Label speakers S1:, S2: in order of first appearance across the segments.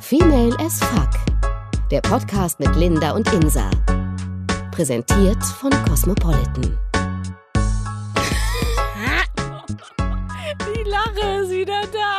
S1: Female as Fuck. Der Podcast mit Linda und Insa. Präsentiert von Cosmopolitan.
S2: Die Lache ist wieder da.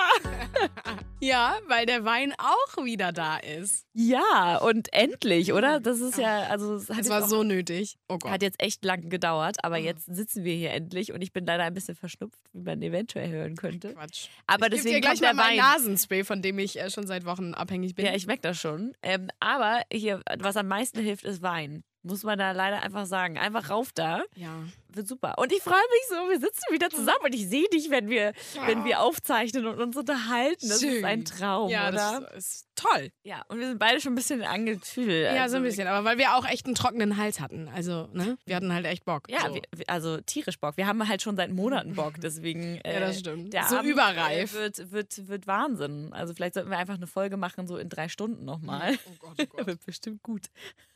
S2: Ja, weil der Wein auch wieder da ist.
S3: Ja, und endlich, oder? Das ist ja, also es hat,
S2: Es
S3: jetzt,
S2: war
S3: auch-
S2: so Mhm. nötig. Oh Gott.
S3: hat jetzt echt lang gedauert, aber jetzt sitzen wir hier endlich und ich bin leider ein bisschen verschnupft, wie man eventuell hören könnte.
S2: Quatsch.
S3: Aber
S2: ich geb
S3: deswegen
S2: dir gleich
S3: kommt der
S2: mal mein
S3: Wein.
S2: Nasenspray, von dem ich äh, schon seit Wochen abhängig bin.
S3: Ja, ich merke das schon. Ähm, aber hier, was am meisten hilft, ist Wein. Muss man da leider einfach sagen. Einfach rauf da.
S2: Ja.
S3: Wird super. Und ich freue mich so, wir sitzen wieder zusammen und ich sehe dich, wenn wir, wenn wir aufzeichnen und uns unterhalten. Das
S2: Schön.
S3: ist ein Traum,
S2: ja,
S3: oder?
S2: das ist toll.
S3: Ja, und wir sind beide schon ein bisschen angetüdelt.
S2: Ja,
S3: also
S2: so ein
S3: wir-
S2: bisschen. Aber weil wir auch echt einen trockenen Hals hatten. Also, ne? Wir hatten halt echt Bock.
S3: Ja,
S2: so.
S3: wir, wir- also tierisch Bock. Wir haben halt schon seit Monaten Bock, deswegen. Äh,
S2: Ja, das stimmt.
S3: Der
S2: So
S3: Abend, äh,
S2: überreif.
S3: Wird, wird, wird Wahnsinn. Also vielleicht sollten wir einfach eine Folge machen, so in drei Stunden nochmal.
S2: Oh Gott, oh Gott.
S3: Wird bestimmt gut.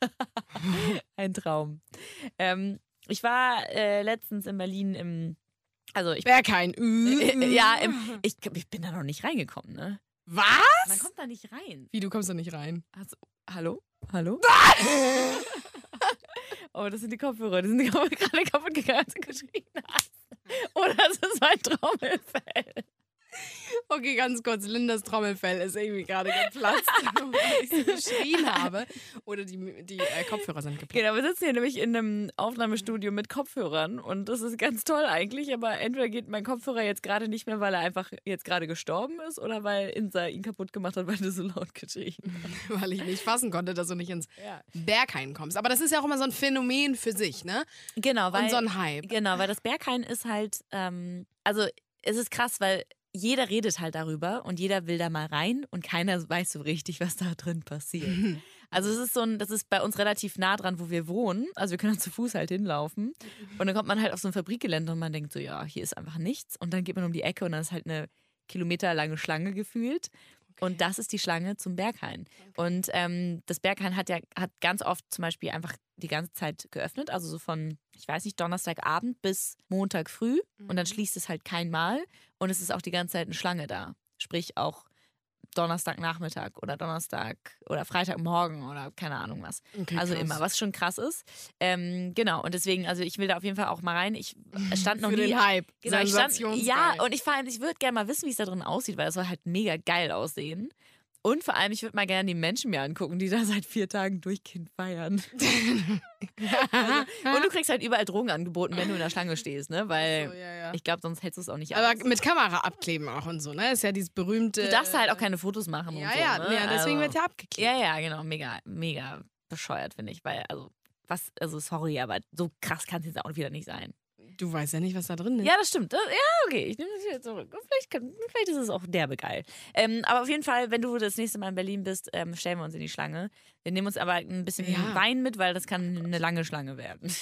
S3: Ein Traum. Ähm, ich war äh, letztens in Berlin im. Also ich.
S2: Wär kein Ü.
S3: ja, im, ich, ich bin da noch nicht reingekommen, ne?
S2: Was?
S3: Man kommt da nicht rein.
S2: Wie, du kommst da nicht rein?
S3: Also, hallo? Hallo? oh, das sind die Kopfhörer. Die sind die Kopfhörer gerade kaputt gegangen, als du geschrien hast. Oder es ist mein Trommelfell.
S2: Okay, ganz kurz. Lindas Trommelfell ist irgendwie gerade geplatzt, weil ich so geschrien habe. Oder die, die äh, Kopfhörer sind geplatzt.
S3: Genau, wir sitzen hier nämlich in einem Aufnahmestudio mit Kopfhörern und das ist ganz toll eigentlich, aber entweder geht mein Kopfhörer jetzt gerade nicht mehr, weil er einfach jetzt gerade gestorben ist oder weil Insa ihn kaputt gemacht hat, weil du so laut geschrien hast.
S2: weil ich nicht fassen konnte, dass du nicht ins
S3: Ja.
S2: Berghain kommst. Aber das ist ja auch immer so ein Phänomen für sich, ne?
S3: Genau, weil...
S2: Und so ein Hype.
S3: Genau, weil das Berghain ist halt, ähm, also es ist krass, weil jeder redet halt darüber und jeder will da mal rein und keiner weiß so richtig, was da drin passiert. Also es ist so ein, das ist bei uns relativ nah dran, wo wir wohnen. Also wir können zu Fuß halt hinlaufen. Und dann kommt man halt auf so ein Fabrikgelände und man denkt so, ja, hier ist einfach nichts. Und dann geht man um die Ecke und dann ist halt eine kilometerlange Schlange gefühlt. Und das ist die Schlange zum Berghain. Und ähm, das Berghain hat ja hat ganz oft zum Beispiel einfach die ganze Zeit geöffnet, also so von, ich weiß nicht, Donnerstagabend bis Montag früh. Und dann
S2: Mhm.
S3: schließt es halt kein Mal. Und es ist auch die ganze Zeit eine Schlange da. Sprich auch Donnerstagnachmittag oder Donnerstag oder Freitagmorgen oder keine Ahnung was.
S2: Okay,
S3: Also
S2: krass.
S3: immer, was schon krass ist. Ähm, genau, und deswegen, also ich will da auf jeden Fall auch mal rein. Ich stand noch
S2: Für
S3: nie.
S2: den Hype.
S3: Genau, ich stand,
S2: Sensationsgeil.
S3: ja, und ich vor allem, ich würde gerne mal wissen, wie es da drin aussieht, weil es soll halt mega geil aussehen. Und vor allem, ich würde mal gerne die Menschen mir angucken, die da seit vier Tagen durchgehend feiern. also, und du kriegst halt überall Drogen angeboten, wenn du in der Schlange stehst, ne? Weil
S2: So, Oh, ja, ja.
S3: ich glaube, sonst hältst du es auch nicht aus.
S2: Aber mit Kamera abkleben auch und so, ne? Ist ja dieses berühmte.
S3: Du darfst halt auch keine Fotos machen
S2: Ja,
S3: und so.
S2: ja,
S3: ne?
S2: ja, deswegen
S3: also.
S2: wird ja abgeklebt.
S3: Ja, ja, genau. Mega, mega bescheuert, finde ich. Weil, also, was, also sorry, aber so krass kann es jetzt auch wieder nicht sein.
S2: Du weißt ja nicht, was da drin ist.
S3: Ja, das stimmt. Das, ja, okay, ich nehme das wieder zurück. Und Vielleicht, kann, vielleicht ist es auch derbe geil. Ähm, aber auf jeden Fall, wenn du das nächste Mal in Berlin bist, ähm, stellen wir uns in die Schlange. Wir nehmen uns aber ein bisschen
S2: Ja.
S3: Wein mit, weil das kann eine lange Schlange werden.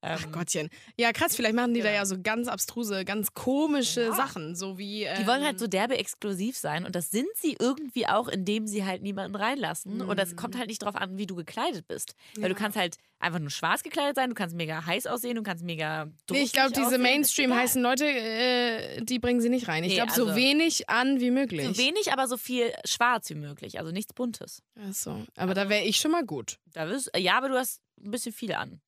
S2: Ach Gottchen. Ja, krass, vielleicht machen die da
S3: Genau.
S2: ja so ganz abstruse, ganz komische
S3: Ja.
S2: Sachen, so wie. äh,
S3: Die wollen halt so derbe exklusiv sein und das sind sie irgendwie auch, indem sie halt niemanden reinlassen. Und das
S2: Mhm.
S3: kommt halt nicht drauf an, wie du gekleidet bist. Weil du kannst halt einfach nur schwarz gekleidet sein, du kannst mega heiß aussehen, du kannst mega
S2: Nee, ich glaube,
S3: durstig
S2: diese
S3: aussehen.
S2: Mainstream
S3: Egal.
S2: heißen Leute, äh, die bringen sie nicht rein. Ich
S3: Nee,
S2: glaube, so
S3: also-
S2: wenig an wie möglich.
S3: So wenig, aber so viel schwarz wie möglich, also nichts Buntes.
S2: Ach so.
S3: Also
S2: Aber da wäre ich schon mal gut.
S3: Da wirst, äh, ja, aber du hast ein bisschen viel an.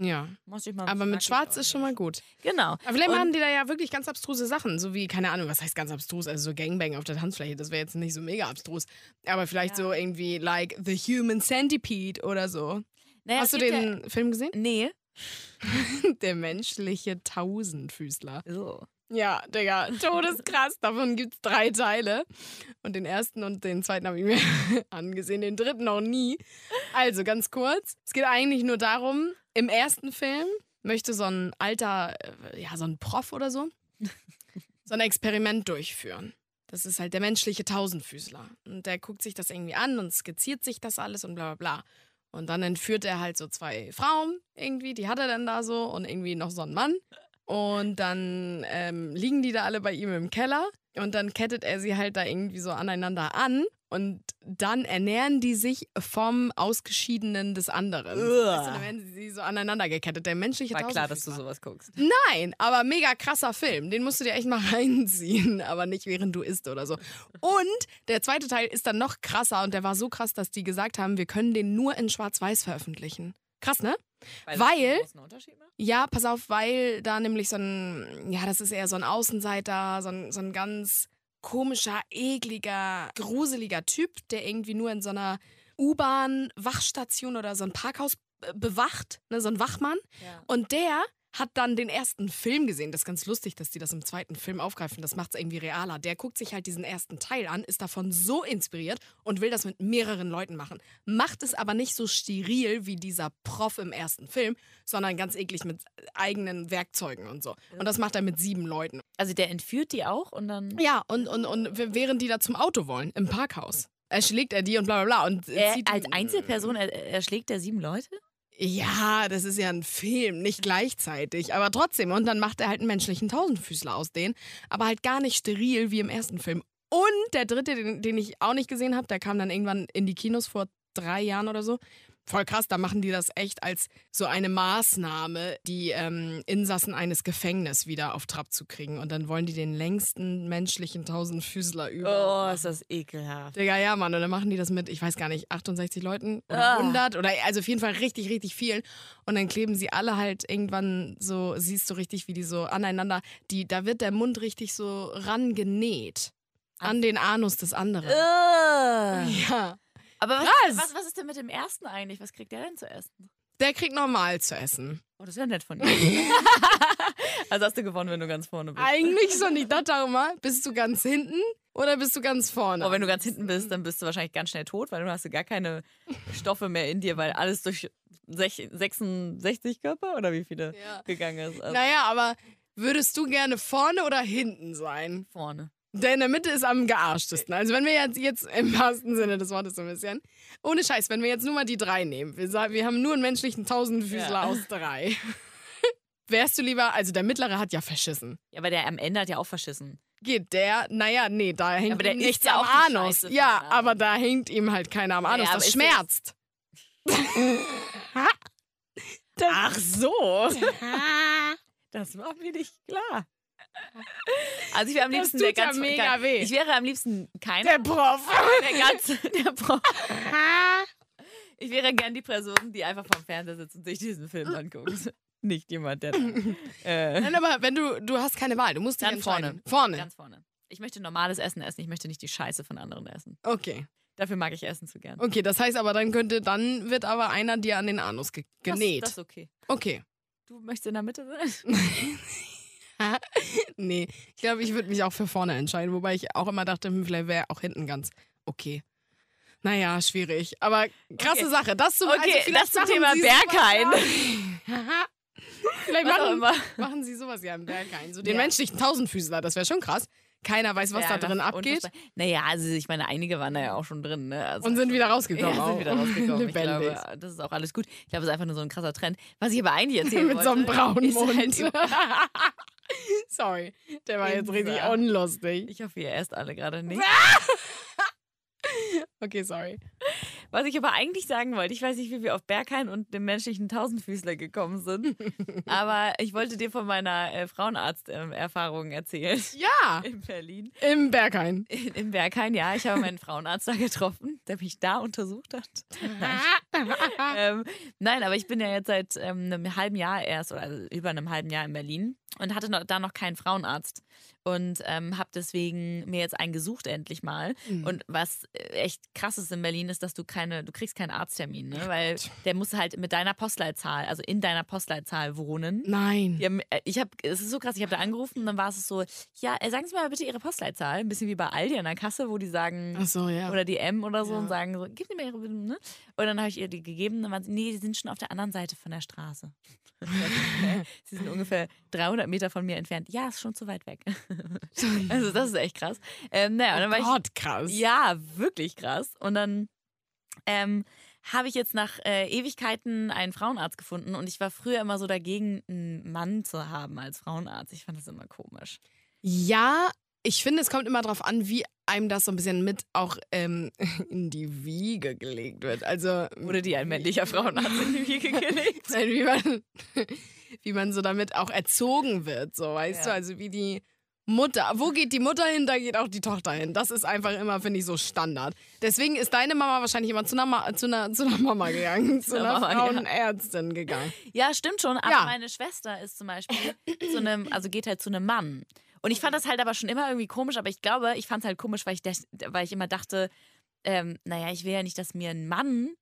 S2: Ja.
S3: Muss ich mal
S2: Aber mit Schwarz ist schon mal gut.
S3: Genau.
S2: Aber vielleicht
S3: Und-
S2: machen die da ja wirklich ganz abstruse Sachen, so wie, keine Ahnung, was heißt ganz abstrus, also so Gangbang auf der Tanzfläche, das wäre jetzt nicht so mega abstrus, aber vielleicht so irgendwie like The Human Centipede oder so.
S3: Naja,
S2: Hast du
S3: es gibt Ja,
S2: den Film gesehen?
S3: nee.
S2: Der menschliche Tausendfüßler.
S3: So.
S2: Ja, Digga, todeskrass, davon gibt's drei Teile und den ersten und den zweiten habe ich mir angesehen, den dritten noch nie. Also ganz kurz, es geht eigentlich nur darum, im ersten Film möchte so ein alter, äh, ja, so ein Prof oder so, so ein Experiment durchführen. Das ist halt der menschliche Tausendfüßler. Und der guckt sich das irgendwie an und skizziert sich das alles und bla bla bla. Und dann entführt er halt so zwei Frauen irgendwie, die hat er dann da so und irgendwie noch so einen Mann. Und dann ähm, liegen die da alle bei ihm im Keller und dann kettet er sie halt da irgendwie so aneinander an Und dann ernähren die sich vom Ausgeschiedenen des anderen.
S3: Uah.
S2: Weißt du, dann werden sie so aneinander gekettet. Der menschliche
S3: War klar, dass du
S2: Tausendfüßler.
S3: sowas guckst.
S2: Hm, Nein, aber mega krasser Film. Den musst du dir echt mal reinziehen, aber nicht während du isst oder so. Und der zweite Teil ist dann noch krasser und der war so krass, dass die gesagt haben, wir können den nur in Schwarz-Weiß veröffentlichen. Krass, ne? Weil-
S3: das einen Unterschied macht?
S2: Ja, pass auf, weil da nämlich so ein, ja, das ist eher so ein Außenseiter, so ein, so ein ganz komischer, ekliger, gruseliger Typ, der irgendwie nur in so einer U-Bahn-Wachstation oder so ein Parkhaus äh, bewacht, ne, so ein Wachmann.
S3: Ja.
S2: Und der hat dann den ersten Film gesehen. Das ist ganz lustig, dass die das im zweiten Film aufgreifen. Das macht es irgendwie realer. Der guckt sich halt diesen ersten Teil an, ist davon so inspiriert und will das mit mehreren Leuten machen. Macht es aber nicht so steril wie dieser Prof im ersten Film, sondern ganz eklig mit eigenen Werkzeugen und so. Und das macht er mit sieben Leuten.
S3: Also der entführt die auch und dann.
S2: Ja, und, und, und während die da zum Auto wollen, im Parkhaus. Erschlägt er die und bla bla bla. Und
S3: Er,
S2: zieht
S3: als
S2: ihn-
S3: Einzelperson er- erschlägt er sieben Leute?
S2: Ja, das ist ja ein Film, nicht gleichzeitig, aber trotzdem. Und dann macht er halt einen menschlichen Tausendfüßler aus denen, aber halt gar nicht steril wie im ersten Film. Und der dritte, den, den ich auch nicht gesehen habe, der kam dann irgendwann in die Kinos vor drei Jahren oder so. Voll krass, da machen die das echt als so eine Maßnahme, die ähm, Insassen eines Gefängnisses wieder auf Trab zu kriegen. Und dann wollen die den längsten menschlichen Tausendfüßler über.
S3: Oh, ist das ekelhaft.
S2: Digga, ja, Mann. Und dann machen die das mit, ich weiß gar nicht, 68 Leuten oder
S3: Ah.
S2: 100 oder also auf jeden Fall richtig, richtig vielen. Und dann kleben sie alle halt irgendwann so, siehst du richtig, wie die so aneinander, die, da wird der Mund richtig so rangenäht. An den Anus des anderen.
S3: Äh. Ugh.
S2: Ja.
S3: Aber
S2: Krass.
S3: was, was, was ist denn mit dem ersten eigentlich? Was kriegt der denn zu essen?
S2: Der kriegt normal zu essen.
S3: Oh, das wäre nett von ihm. also hast du gewonnen, wenn du ganz vorne bist.
S2: Eigentlich schon. Ich dachte auch immer, bist du ganz hinten oder bist du ganz vorne?
S3: Aber Oh, wenn du ganz hinten bist, dann bist du wahrscheinlich ganz schnell tot, weil du hast du gar keine Stoffe mehr in dir, weil alles durch sech- 66 Körper oder wie viele
S2: Ja.
S3: gegangen ist. Also
S2: Naja, aber würdest du gerne vorne oder hinten sein?
S3: vorne.
S2: Der in der Mitte ist am gearschtesten. Also wenn wir jetzt, jetzt im wahrsten Sinne des Wortes so ein bisschen, ohne Scheiß, wenn wir jetzt nur mal die drei nehmen, wir, sa- wir haben nur einen menschlichen Tausendfüßler
S3: Ja.
S2: aus drei. Wärst du lieber, also der Mittlere hat ja verschissen.
S3: Ja, aber der am Ende hat ja auch verschissen.
S2: Geht der, naja, nee, da hängt
S3: aber der
S2: ihm
S3: isst
S2: nichts
S3: ja
S2: am
S3: auch die
S2: Anus.
S3: Scheiße von
S2: Ja,
S3: anderen.
S2: aber da hängt ihm halt keiner am
S3: Ja,
S2: Anus.
S3: aber
S2: das
S3: ist
S2: schmerzt.
S3: Ach so. Das war mir nicht klar. Also ich wäre am
S2: Das
S3: liebsten
S2: tut
S3: der
S2: ja
S3: ganz
S2: mega
S3: gar-
S2: weh.
S3: Ich wäre am liebsten keiner.
S2: Der Prof.
S3: der ganze, der Prof. Ich wäre gern die Person, die einfach vom Fernseher sitzt und sich diesen Film anguckt. Nicht jemand, der dann, äh,
S2: Nein, aber wenn du, du hast keine Wahl, du musst dich
S3: Dann vorne.
S2: entscheiden. Vorne.
S3: ganz vorne. Ich möchte normales Essen essen. Ich möchte nicht die Scheiße von anderen essen.
S2: Okay.
S3: Dafür mag ich Essen zu gern.
S2: Okay, das heißt aber, dann könnte, dann wird aber einer dir an den Anus ge
S3: Das-
S2: genäht.
S3: Das ist okay.
S2: okay.
S3: Du möchtest in der Mitte sein?
S2: Nee, ich glaube, ich würde mich auch für vorne entscheiden, wobei ich auch immer dachte, hm, vielleicht wäre auch hinten ganz okay. Naja, schwierig. Aber krasse
S3: Okay.
S2: Sache. Das zum, also
S3: Okay,
S2: vielleicht
S3: das zum Thema
S2: machen Sie
S3: Berghain.
S2: sowas ja- vielleicht
S3: Was auch
S2: machen,
S3: immer.
S2: machen sie sowas ja im Berghain. So den
S3: Ja.
S2: menschlichen Tausendfüßler, das wäre schon krass. Keiner weiß, was
S3: Ja,
S2: da drin
S3: das-
S2: abgeht.
S3: unfassbar. Naja, also ich meine, einige waren da ja auch schon drin. Ne? Also
S2: Und sind wieder rausgekommen.
S3: ja,
S2: auch.
S3: sind wieder rausgekommen. ich
S2: Lebendig.
S3: glaube, das ist auch alles gut. Ich glaube, es ist einfach nur so ein krasser Trend. Was ich aber eigentlich erzählen
S2: Mit so einem
S3: wollte,
S2: braunen
S3: Äh, ist halt
S2: Mund.
S3: die-
S2: Sorry, der war jetzt
S3: Insa.
S2: richtig unlustig.
S3: ich hoffe, ihr esst alle gerade nicht.
S2: Okay, sorry.
S3: Was ich aber eigentlich sagen wollte, ich weiß nicht, wie wir auf Berghain und dem menschlichen Tausendfüßler gekommen sind, aber ich wollte dir von meiner äh, Frauenarzt-Erfahrung erzählen
S2: Ja,
S3: in Berlin.
S2: im Berghain.
S3: In, Im Berghain, ja. Ich habe meinen Frauenarzt da getroffen, der mich da untersucht hat. Nein, ähm, nein aber ich bin ja jetzt seit ähm, einem halben Jahr erst oder also über einem halben Jahr in Berlin und hatte noch, da noch keinen Frauenarzt und ähm, habe deswegen mir jetzt einen gesucht endlich mal. Und was äh, echt krass ist in Berlin ist, dass du keine, du kriegst keinen Arzttermin, ne? weil der muss halt mit deiner Postleitzahl, also in deiner Postleitzahl wohnen.
S2: Nein.
S3: Die haben, äh, ich habe, es ist so krass, ich habe da angerufen und dann war es so, ja, äh, sagen Sie mal bitte Ihre Postleitzahl, ein bisschen wie bei Aldi an der Kasse, wo die
S2: Ach
S3: sagen,
S2: so, ja.
S3: oder die M oder so
S2: Ja.
S3: und sagen so, gib mir Ihre, ne? Und dann habe ich ihr die gegeben und dann waren sie, nee, die sind schon auf der anderen Seite von der Straße. sie sind ungefähr 300 Meter von mir entfernt. Ja, ist schon zu weit weg. also das ist echt krass. Ähm, naja, und dann war ich
S2: Oh Gott, krass.
S3: ja, wirklich krass. Und dann ähm, habe ich jetzt nach äh, Ewigkeiten einen Frauenarzt gefunden und ich war früher immer so dagegen, einen Mann zu haben als Frauenarzt. Ich fand das immer komisch.
S2: Ja, ich finde, es kommt immer drauf an, wie einem das so ein bisschen mit auch ähm, in die Wiege gelegt wird. Also
S3: Wurde dir ein männlicher Frauenarzt in die Wiege gelegt?
S2: Nein, wie man, wie man so damit auch erzogen wird, so weißt
S3: Ja.
S2: du, also wie die Mutter, wo geht die Mutter hin, da geht auch die Tochter hin. Das ist einfach immer, finde ich, so Standard. Deswegen ist deine Mama wahrscheinlich immer zu einer, Ma zu einer, zu einer Mama gegangen, zu
S3: einer
S2: einer
S3: Mama, ja.
S2: Frauenärztin gegangen.
S3: Ja, stimmt schon. Aber
S2: Ja.
S3: meine Schwester ist zum Beispiel zu einem, also geht halt zu einem Mann. Und ich fand das halt aber schon immer irgendwie komisch, aber ich glaube, ich fand es halt komisch, weil ich, das, weil ich immer dachte, ähm, naja, ich will ja nicht, dass mir ein Mann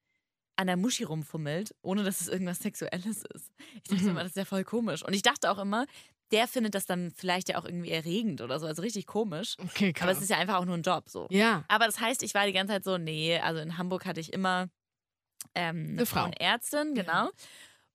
S3: an der Muschi rumfummelt, ohne dass es irgendwas Sexuelles ist. Ich dachte
S2: Mhm.
S3: immer, das ist ja voll komisch. Und ich dachte auch immer, der findet das dann vielleicht ja auch irgendwie erregend oder so, also richtig komisch.
S2: Okay,
S3: Aber es ist ja einfach auch nur ein Job so.
S2: ja.
S3: Aber das heißt, ich war die ganze Zeit so, nee, also in Hamburg hatte ich immer ähm, eine
S2: Eine Frau.
S3: Frauenärztin, genau.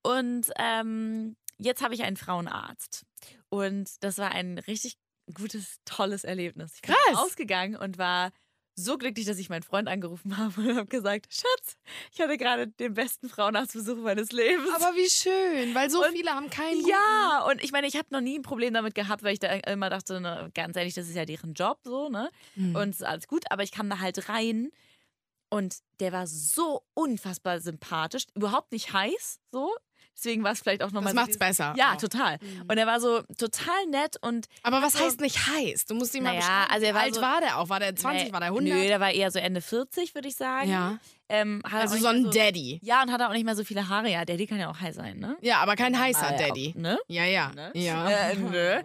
S3: Und ähm, jetzt habe ich einen Frauenarzt. Und das war ein richtig gutes, tolles Erlebnis. Ich bin
S2: Krass.
S3: ausgegangen und war so glücklich, dass ich meinen Freund angerufen habe und habe gesagt, Schatz, ich hatte gerade den besten Frauenarztbesuch meines Lebens.
S2: Aber wie schön, weil so
S3: Und-
S2: viele haben keinen
S3: Ja, und ich meine, ich habe noch nie ein Problem damit gehabt, weil ich da immer dachte, ne, ganz ehrlich, das ist ja deren Job so, ne?
S2: guten-
S3: und es ist alles gut, aber ich kam da halt rein und der war so unfassbar sympathisch, überhaupt nicht heiß, so. Deswegen war es vielleicht auch nochmal.
S2: das macht's besser.
S3: also
S2: Hm.
S3: Ja,
S2: auch.
S3: total. Und er war so total nett und.
S2: Aber was
S3: Also-
S2: heißt nicht heiß? Du musst ihn mal
S3: Naja,
S2: beschreiben.
S3: also er war
S2: Wie alt
S3: so-
S2: war der auch? War der 20,
S3: Nee,
S2: war der 100?
S3: Nö, der war eher so Ende 40, würde ich sagen.
S2: ja.
S3: Ähm, hat er auch
S2: Also
S3: nicht
S2: so
S3: mehr
S2: ein Daddy.
S3: Ja, und hat er auch nicht mehr so viele Haare. Ja, Daddy kann ja auch heiß sein, ne?
S2: Ja, aber kein heißer
S3: Mal
S2: Daddy.
S3: Auch, ne?
S2: Ja, ja.
S3: Ne?
S2: Ja.
S3: Äh, nö.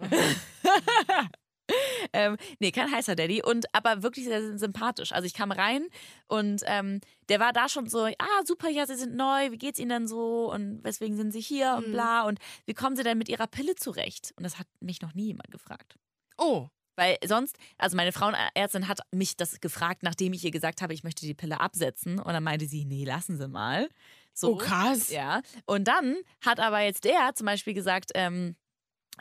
S3: ähm, nee, kein heißer Daddy. Und aber wirklich sehr, sehr sympathisch. Also ich kam rein und ähm, der war da schon so, ah, super, ja, sie sind neu, wie geht's Ihnen denn so? Und weswegen sind Sie hier und
S2: Mhm.
S3: bla. Und wie kommen Sie denn mit Ihrer Pille zurecht? Und das hat mich noch nie jemand gefragt.
S2: Oh,
S3: Weil sonst, also meine Frauenärztin hat mich das gefragt, nachdem ich ihr gesagt habe, ich möchte die Pille absetzen. Und dann meinte sie, nee, lassen Sie mal. So.
S2: oh krass.
S3: Ja, und dann hat aber jetzt der zum Beispiel gesagt, ähm,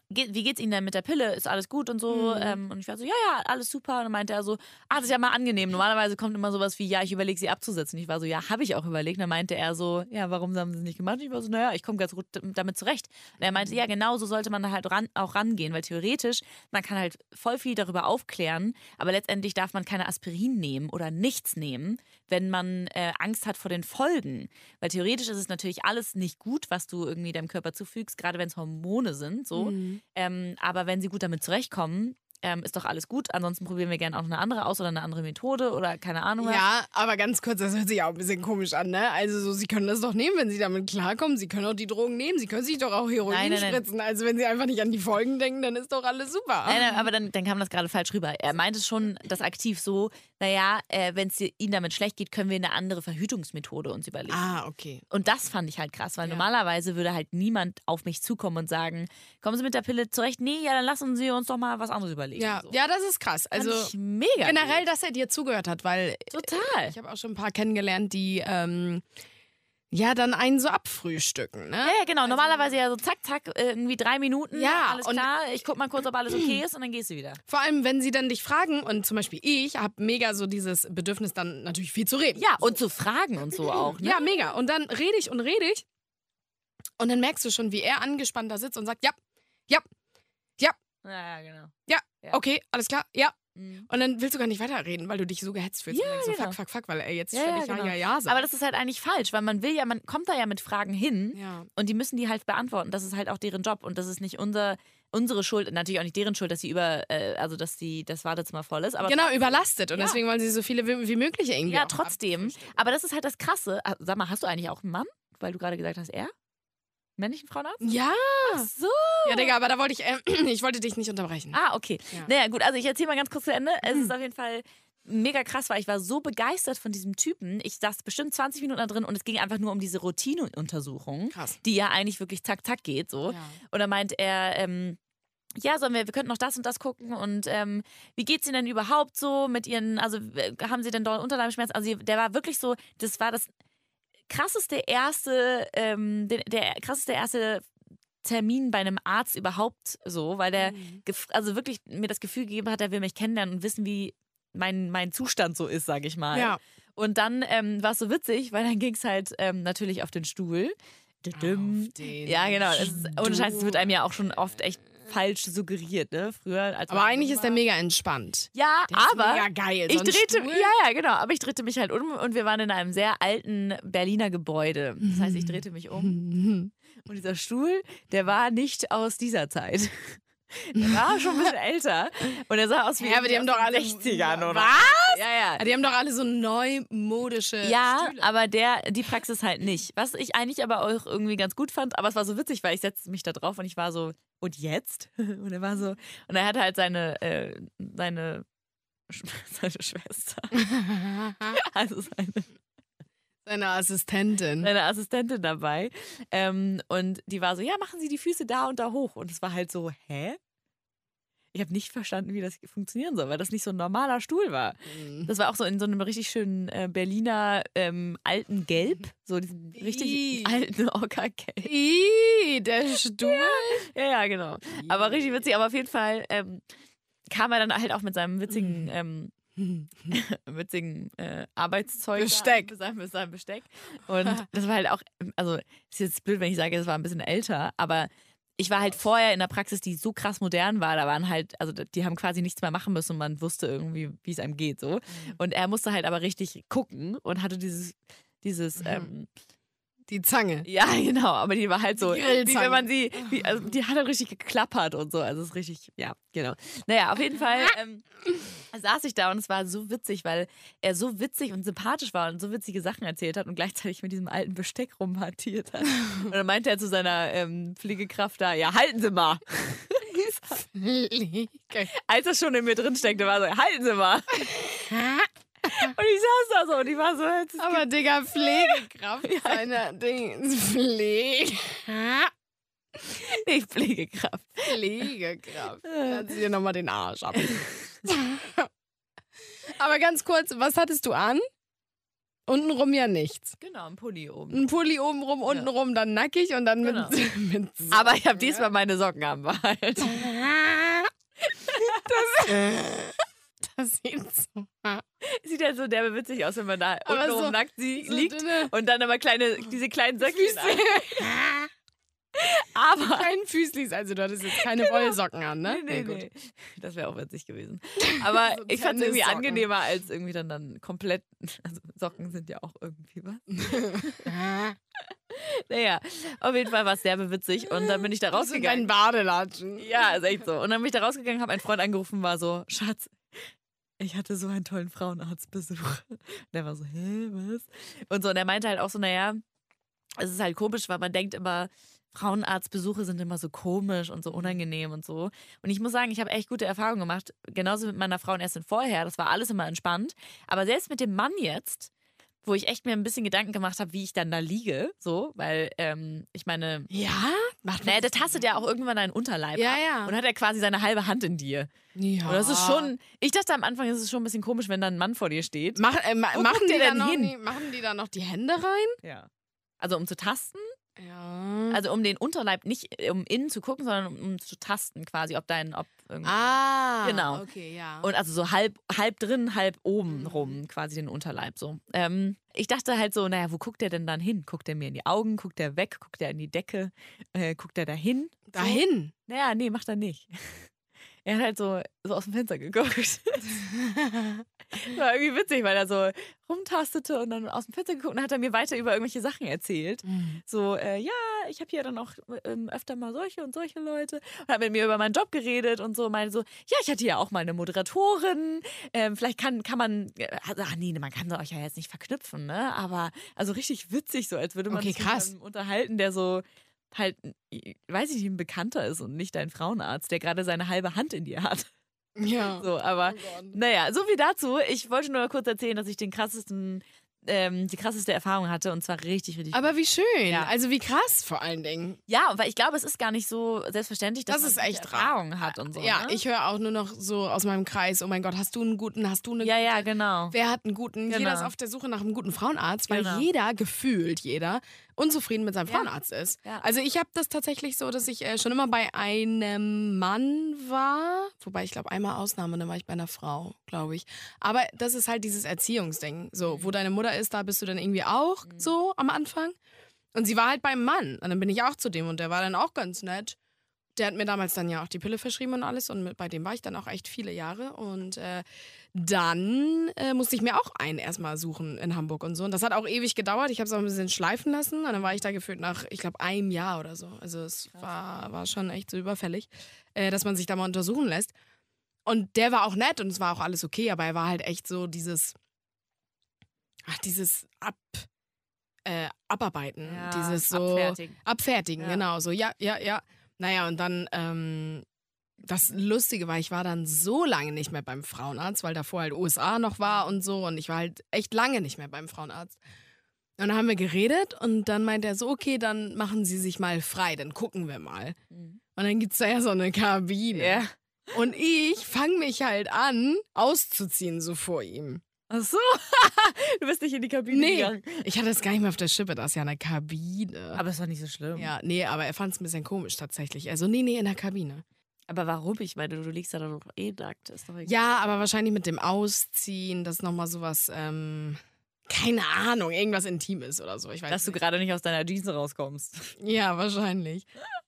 S3: "Ge- wie geht's Ihnen denn mit der Pille? Ist alles gut und so?
S2: Mhm.
S3: Ähm, und ich war so, ja, ja, alles super. Und dann meinte er so, ah, das ist ja mal angenehm. Normalerweise kommt immer sowas wie, ja, ich überlege sie abzusetzen. Ich war so, ja, habe ich auch überlegt. Und dann meinte er so, ja, warum haben sie es nicht gemacht? Und ich war so, naja, ich komme ganz gut damit zurecht. Und er meinte, ja, genau so sollte man da halt ran, auch rangehen, weil theoretisch, man kann halt voll viel darüber aufklären, aber letztendlich darf man keine Aspirin nehmen oder nichts nehmen, wenn man äh, Angst hat vor den Folgen. Weil theoretisch ist es natürlich alles nicht gut, was du irgendwie deinem Körper zufügst, gerade wenn es Hormone sind, so.
S2: Mhm.
S3: Ähm, aber wenn sie gut damit zurechtkommen, ähm, ist doch alles gut. Ansonsten probieren wir gerne auch eine andere aus oder eine andere Methode oder keine Ahnung was.
S2: Ja, aber ganz kurz, das hört sich auch ein bisschen komisch an, ne? Also so, sie können das doch nehmen, wenn sie damit klarkommen. Sie können auch die Drogen nehmen, sie können sich doch auch Heroin
S3: Nein, nein, nein.
S2: spritzen. Also wenn sie einfach nicht an die Folgen denken, dann ist doch alles super.
S3: Nein, nein, aber dann, dann kam das gerade falsch rüber. Er meinte schon das aktiv so, naja, äh, wenn es ihnen damit schlecht geht, können wir eine andere Verhütungsmethode uns überlegen.
S2: Ah, okay.
S3: Und das fand ich halt krass, weil
S2: Ja.
S3: normalerweise würde halt niemand auf mich zukommen und sagen, kommen Sie mit der Pille zurecht? Nee, ja, dann lassen Sie uns doch mal was anderes überlegen.
S2: Ja,
S3: so.
S2: ja das ist krass. Also
S3: fand ich mega.
S2: generell,
S3: gut.
S2: dass er dir zugehört hat, weil
S3: Total.
S2: ich habe auch schon ein paar kennengelernt, die ähm, ja dann einen so abfrühstücken, ne?
S3: Ja, ja, genau. Normalerweise ja so zack, zack, äh, irgendwie drei Minuten.
S2: Ja,
S3: alles
S2: und-
S3: klar. Ich guck mal kurz, ob alles okay ist und dann gehst du wieder.
S2: Vor allem, wenn sie dann dich fragen und zum Beispiel ich habe mega so dieses Bedürfnis, dann natürlich viel zu reden.
S3: Ja, und zu fragen und so auch. Ne?
S2: Ja, mega. Und dann rede ich und rede ich. Und dann merkst du schon, wie er angespannt da sitzt und sagt, ja,
S3: Ja, ja, genau. Ja.
S2: okay, alles klar, ja.
S3: Mhm.
S2: Und dann willst du gar nicht weiterreden, weil du dich so gehetzt fühlst.
S3: Ja,
S2: und denkst so,
S3: genau.
S2: fuck, fuck, fuck, weil er jetzt
S3: Ja,
S2: ständig
S3: ja,
S2: ja,
S3: genau.
S2: ja, ja sagt.
S3: Aber das ist halt eigentlich falsch, weil man will ja, man kommt da ja mit Fragen hin
S2: ja.
S3: und die müssen die halt beantworten. Das ist halt auch deren Job und das ist nicht unser, unsere Schuld, und natürlich auch nicht deren Schuld, dass sie über, äh, also dass die, das Wartezimmer voll ist. Aber
S2: Genau, überlastet. Und
S3: Ja.
S2: deswegen wollen sie so viele wie wie möglich irgendwie.
S3: Ja,
S2: auch
S3: trotzdem.
S2: abfrühstücken.
S3: Aber das ist halt das Krasse. Ah, Sag mal, hast du eigentlich auch einen Mann? Weil du gerade gesagt hast, er? Männlichen Frauenarzt?
S2: Ja,
S3: Ach so.
S2: ja, Digga, aber da wollte ich, äh, ich wollte dich nicht unterbrechen.
S3: Ah, okay.
S2: Ja.
S3: Naja, gut, also ich erzähle mal ganz kurz zu Ende. Es ist auf jeden Fall mega krass, weil ich war so begeistert von diesem Typen. Ich saß bestimmt 20 Minuten da drin und es ging einfach nur um diese Routineuntersuchung,
S2: Krass.
S3: die ja eigentlich wirklich zack, zack geht. So.
S2: Ja.
S3: Und dann meint er, ähm, ja, sollen wir, wir könnten noch das und das gucken und ähm, wie geht's Ihnen denn überhaupt so mit Ihren, also äh, haben Sie denn doll Unterleibschmerzen? Also der war wirklich so, das war das krasseste erste, ähm, der, der krasseste erste Termin bei einem Arzt überhaupt so, weil der gef- also wirklich mir das Gefühl gegeben hat, er will mich kennenlernen und wissen, wie mein, mein Zustand so ist, sage ich mal.
S2: Ja.
S3: Und dann ähm, war es so witzig, weil dann ging es halt ähm, natürlich auf den Stuhl. Auf
S2: den
S3: genau. ja, genau. Es ist, ohne Scheiß, es wird einem ja auch schon oft echt falsch suggeriert, ne? Früher als
S2: Aber
S3: man
S2: eigentlich
S3: jung
S2: ist der
S3: war.
S2: mega entspannt.
S3: Ja,
S2: Der
S3: aber
S2: ist mega geil.
S3: ich
S2: so ein
S3: drehte,
S2: Stuhl.
S3: ja, ja, genau. Aber ich drehte mich halt um und wir waren in einem sehr alten Berliner Gebäude. Das heißt, ich drehte mich um und dieser Stuhl, der war nicht aus dieser Zeit. Der war schon ein bisschen älter und er sah aus wie
S2: Hä, aber die haben
S3: irgendwie aus
S2: doch alle-
S3: den 60ern oder
S2: Was?
S3: Ja,
S2: Die haben doch alle so neumodische
S3: ja. Ja,
S2: äh, Stühle.
S3: aber der die Praxis halt nicht. Was ich eigentlich aber auch irgendwie ganz gut fand, aber es war so witzig, weil ich setzte mich da drauf und ich war so und jetzt und er war so und er hatte halt seine äh, seine Sch- seine Schwester, also seine
S2: Seine Assistentin.
S3: meine Assistentin dabei. Ähm, und die war so, ja, machen Sie die Füße da und da hoch. Und es war halt so, hä? Ich habe nicht verstanden, wie das funktionieren soll, weil das nicht so ein normaler Stuhl war. Das war auch so in so einem richtig schönen äh, Berliner ähm, alten Gelb, so diesen
S2: Ih.
S3: richtig alten Ockergelb.
S2: Ih, der Stuhl.
S3: Ja, ja, genau. Aber richtig witzig. Aber auf jeden Fall ähm, kam er dann halt auch mit seinem witzigen ähm, witzigen äh, Arbeitszeug. da,
S2: Besteck.
S3: Mit seinem, mit seinem Besteck. Und das war halt auch, also ist jetzt blöd, wenn ich sage, das war ein bisschen älter, aber ich war halt vorher in der Praxis, die so krass modern war, da waren halt, also die haben quasi nichts mehr machen müssen und man wusste irgendwie, wie es einem geht so. Und er musste halt aber richtig gucken und hatte dieses, dieses, ähm,
S2: Die Zange.
S3: ja genau, aber die war halt so,
S2: Die
S3: wie
S2: Grillzange.
S3: wenn man sie, wie, also die hat halt richtig geklappert und so, also es ist richtig, ja, genau. Naja, auf jeden Fall ähm, saß ich da und es war so witzig, weil er so witzig und sympathisch war und so witzige Sachen erzählt hat und gleichzeitig mit diesem alten Besteck rumhantiert hat. Und dann meinte er zu seiner ähm, Pflegekraft da, ja, halten Sie mal. Als das schon in mir drin steckte, war so, halten Sie mal. Und ich saß da so und ich war so, jetzt ist
S2: Aber Digga, Pflegekraft. Seine Ding. Pflege.
S3: nicht Pflegekraft.
S2: Pflegekraft.
S3: Äh.
S2: Dann zieh dir nochmal den Arsch ab. Aber ganz kurz, was hattest du an? Untenrum ja nichts.
S3: Genau, ein Pulli oben.
S2: Ein Pulli oben rum, unten rum, dann nackig und dann
S3: Genau.
S2: mit, mit so
S3: Aber ich habe diesmal meine Socken am behalten.
S2: Das sieht so,
S3: Sieht halt so derbe witzig aus, wenn man da
S2: Aber
S3: unten
S2: so-
S3: rum nackt sie
S2: so
S3: liegt
S2: dünne
S3: und dann aber kleine, diese kleinen Söckchen.
S2: Füße.
S3: an. Aber.
S2: Kein Füßlis, also du hattest jetzt keine Wollsocken an, ne?
S3: Nee, nee,
S2: Ja, gut.
S3: nee. Das wäre auch witzig gewesen. Aber
S2: So
S3: ich fand es irgendwie
S2: Tennissocken.
S3: angenehmer als irgendwie dann, dann komplett. Also Socken sind ja auch irgendwie was. Naja, auf jeden Fall war es derbe witzig und dann bin ich da
S2: Das sind dein
S3: rausgegangen.
S2: Badelatschen.
S3: Ja, ist echt so. Und dann bin ich da rausgegangen, habe einen Freund angerufen, war so: Schatz, ich hatte so einen tollen Frauenarztbesuch. Und der war so: Hä, was? Und so, und er meinte halt auch so: Naja, es ist halt komisch, weil man denkt immer, Frauenarztbesuche sind immer so komisch und so unangenehm und so. Und ich muss sagen, ich habe echt gute Erfahrungen gemacht. Genauso mit meiner Frauenärztin vorher. Das war alles immer entspannt. Aber selbst mit dem Mann jetzt, wo ich echt mir ein bisschen Gedanken gemacht habe, wie ich dann da liege, so, weil ähm, ich meine,
S2: Ja? Macht
S3: naja, der tastet ja auch irgendwann deinen Unterleib
S2: Ja,
S3: ab
S2: ja.
S3: und hat ja quasi seine halbe Hand in dir.
S2: ja.
S3: Und das ist schon, ich dachte am Anfang, es ist schon ein bisschen komisch, wenn da ein Mann vor dir steht.
S2: Mach, äh, ma
S3: Wo
S2: machen,
S3: guckt
S2: die
S3: ihr denn
S2: dann noch
S3: hin?
S2: die, machen die da noch die Hände rein?
S3: Ja. Also um zu tasten,
S2: Ja.
S3: also um den Unterleib nicht äh, um innen zu gucken, sondern um, um zu tasten quasi, ob dein, ob irgendwie.
S2: Ah.
S3: Genau.
S2: Okay, ja.
S3: Und also so halb, halb drin, halb
S2: Hm.
S3: oben rum, quasi den Unterleib so. Ähm, ich dachte halt so, naja, wo guckt der denn dann hin? Guckt er mir in die Augen? Guckt er weg? Guckt er in die Decke? Äh, guckt er dahin?
S2: Dahin.
S3: Naja, nee, macht er nicht. Er hat halt so, so aus dem Fenster geguckt. Das war irgendwie witzig, weil er so rumtastete und dann aus dem Fenster geguckt und hat er mir weiter über irgendwelche Sachen erzählt. So, äh, ja, ich habe hier dann auch ähm, öfter mal solche und solche Leute und hat mit mir über meinen Job geredet und so meinte so, ja, ich hatte ja auch mal eine Moderatorin. Ähm, vielleicht kann, kann man, äh, ach nee, man kann euch ja jetzt nicht verknüpfen, ne? Aber also richtig witzig, so als würde man
S2: Okay,
S3: sich mit
S2: krass.
S3: jemandem unterhalten, der so halt, äh, weiß ich nicht, ein Bekannter ist und nicht dein Frauenarzt, der gerade seine halbe Hand in dir hat.
S2: Ja.
S3: So, aber naja, so viel dazu. Ich wollte nur kurz erzählen, dass ich den krassesten, ähm, die krasseste Erfahrung hatte und zwar richtig, richtig.
S2: Aber wie schön.
S3: Ja.
S2: Also wie krass vor allen Dingen.
S3: ja, weil ich glaube, es ist gar nicht so selbstverständlich, dass
S2: Das
S3: man
S2: ist
S3: solche
S2: echt rar.
S3: Erfahrungen hat und so.
S2: ja,
S3: ne?
S2: ich höre auch nur noch so aus meinem Kreis, oh mein Gott, hast du einen guten, hast du eine
S3: Ja, ja, genau.
S2: Wer hat einen guten? Jeder
S3: Genau.
S2: ist auf der Suche nach einem guten Frauenarzt, weil
S3: Genau.
S2: jeder, gefühlt jeder, unzufrieden mit seinem
S3: Ja.
S2: Frauenarzt ist.
S3: Ja.
S2: Also ich habe das tatsächlich so, dass ich äh, schon immer bei einem Mann war, wobei ich glaube einmal Ausnahme, dann war ich bei einer Frau, glaube ich. Aber das ist halt dieses Erziehungsding, so
S3: Mhm.
S2: wo deine Mutter ist, da bist du dann irgendwie auch so am Anfang. Und sie war halt beim Mann und dann bin ich auch zu dem und der war dann auch ganz nett. der hat mir damals dann ja auch die Pille verschrieben und alles und mit, bei dem war ich dann auch echt viele Jahre und äh, dann äh, musste ich mir auch einen erstmal suchen in Hamburg und so und das hat auch ewig gedauert. Ich habe es auch ein bisschen schleifen lassen und dann war ich da gefühlt nach, ich glaube, einem Jahr oder so. Also es war, war schon echt so überfällig, äh, dass man sich da mal untersuchen lässt. Und der war auch nett und es war auch alles okay, aber er war halt echt so dieses, ach, dieses Ab, äh, Abarbeiten,
S3: Ja,
S2: dieses so
S3: abfertigen.
S2: abfertigen,
S3: Ja.
S2: genau. So, ja, ja, ja. Naja, und dann, ähm, das Lustige war, ich war dann so lange nicht mehr beim Frauenarzt, weil davor halt USA noch war und so. Und ich war halt echt lange nicht mehr beim Frauenarzt. Und dann haben wir geredet und dann meint er so, okay, dann machen Sie sich mal frei, dann gucken wir mal.
S3: Mhm.
S2: Und dann gibt es da ja so eine Kabine.
S3: Ja.
S2: Und ich fange mich halt an, auszuziehen, so vor ihm.
S3: Ach so. du bist nicht in die Kabine
S2: Nee.
S3: gegangen.
S2: Ich hatte das gar nicht mehr auf der Schippe, das ist ja eine Kabine.
S3: Aber es war nicht so schlimm.
S2: ja, nee, aber er fand es ein bisschen komisch tatsächlich. Also, nee, nee, in der Kabine.
S3: Aber warum? Ich meine, du liegst da doch eh nackt. Ist doch egal.
S2: Ja, aber wahrscheinlich mit dem Ausziehen, das ist nochmal sowas, ähm, keine Ahnung, irgendwas Intimes oder so. Ich weiß
S3: Dass du
S2: nicht.
S3: gerade nicht aus deiner Jeans rauskommst.
S2: Ja, wahrscheinlich.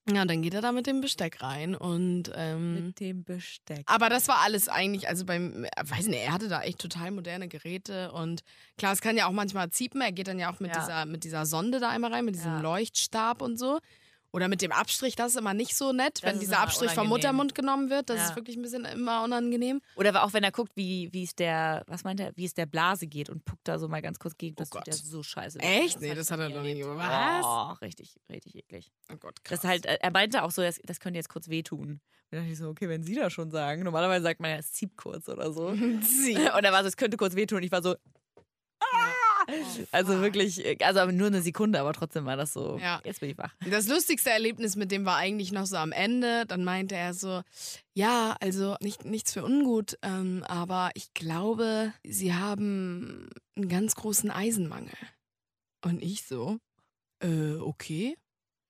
S2: Ja, dann geht er da mit dem Besteck rein und, ähm,
S3: Mit dem Besteck.
S2: aber das war alles eigentlich, also beim, äh, weiß nicht, er hatte da echt total moderne Geräte und klar, es kann ja auch manchmal ziepen, er geht dann ja auch mit,
S3: Ja.
S2: dieser, mit dieser Sonde da einmal rein, mit diesem
S3: Ja.
S2: Leuchtstab und so. Oder mit dem Abstrich, das ist immer nicht so nett,
S3: Das
S2: wenn
S3: ist
S2: dieser
S3: immer
S2: Abstrich vom
S3: unangenehm.
S2: Muttermund genommen wird. Das
S3: Ja.
S2: ist wirklich ein bisschen immer unangenehm.
S3: Oder auch wenn er guckt, wie, wie es der, was meint er, wie es der Blase geht und puckt da so mal ganz kurz gegen. Das
S2: Oh
S3: tut
S2: Gott.
S3: ja so scheiße. weh.
S2: Echt? Nee,
S3: hab
S2: das
S3: ich
S2: hat er
S3: nie
S2: noch nie
S3: erlebt.
S2: gemacht. Was?
S3: Oh, richtig, richtig eklig.
S2: Oh Gott, krass.
S3: Das ist halt, er meinte auch so, das, das könnte jetzt kurz wehtun. Und dann dachte ich so, okay, wenn Sie das schon sagen. Normalerweise sagt man ja, es zieht kurz oder so. Und
S2: Mhm. Sie.
S3: er war so, es könnte kurz wehtun. Ich war so, also wirklich, äh, also nur eine Sekunde, aber trotzdem war das so,
S2: Ja.
S3: jetzt bin ich wach.
S2: Das lustigste Erlebnis mit dem war eigentlich noch so am Ende. Dann meinte er so, ja, also nicht, nichts für ungut, ähm, aber ich glaube, sie haben einen ganz großen Eisenmangel. Und ich so, äh, okay.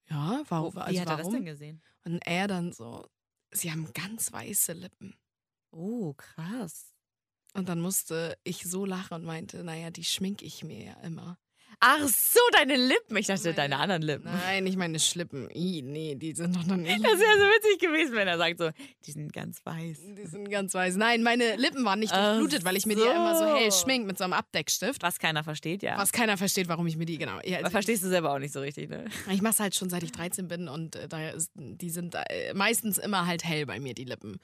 S2: Ja, warum?
S3: Wo-
S2: also warum?
S3: gesehen?
S2: Und er dann so, sie haben ganz weiße Lippen.
S3: Oh, krass.
S2: Und dann musste ich so lachen und meinte, naja, die schminke ich mir ja immer.
S3: Ach so, deine Lippen. Ich dachte,
S2: Meine-
S3: deine anderen Lippen.
S2: Nein, ich meine Schlippen. I, nee, die sind doch noch nicht.
S3: Das wäre so witzig gewesen, wenn er sagt so, die sind ganz weiß.
S2: Die sind ganz weiß. Nein, meine Lippen waren nicht
S3: Ach
S2: durchblutet, weil ich mir die ja immer so
S3: so.
S2: hell schmink mit so einem Abdeckstift.
S3: Was keiner versteht, ja.
S2: Was keiner versteht, warum ich mir die genau. Ja,
S3: Aber
S2: also
S3: verstehst du selber auch nicht so richtig, ne?
S2: ich mache es halt schon seit ich 13 bin und äh, da ist, die sind äh, meistens immer halt hell bei mir, die Lippen.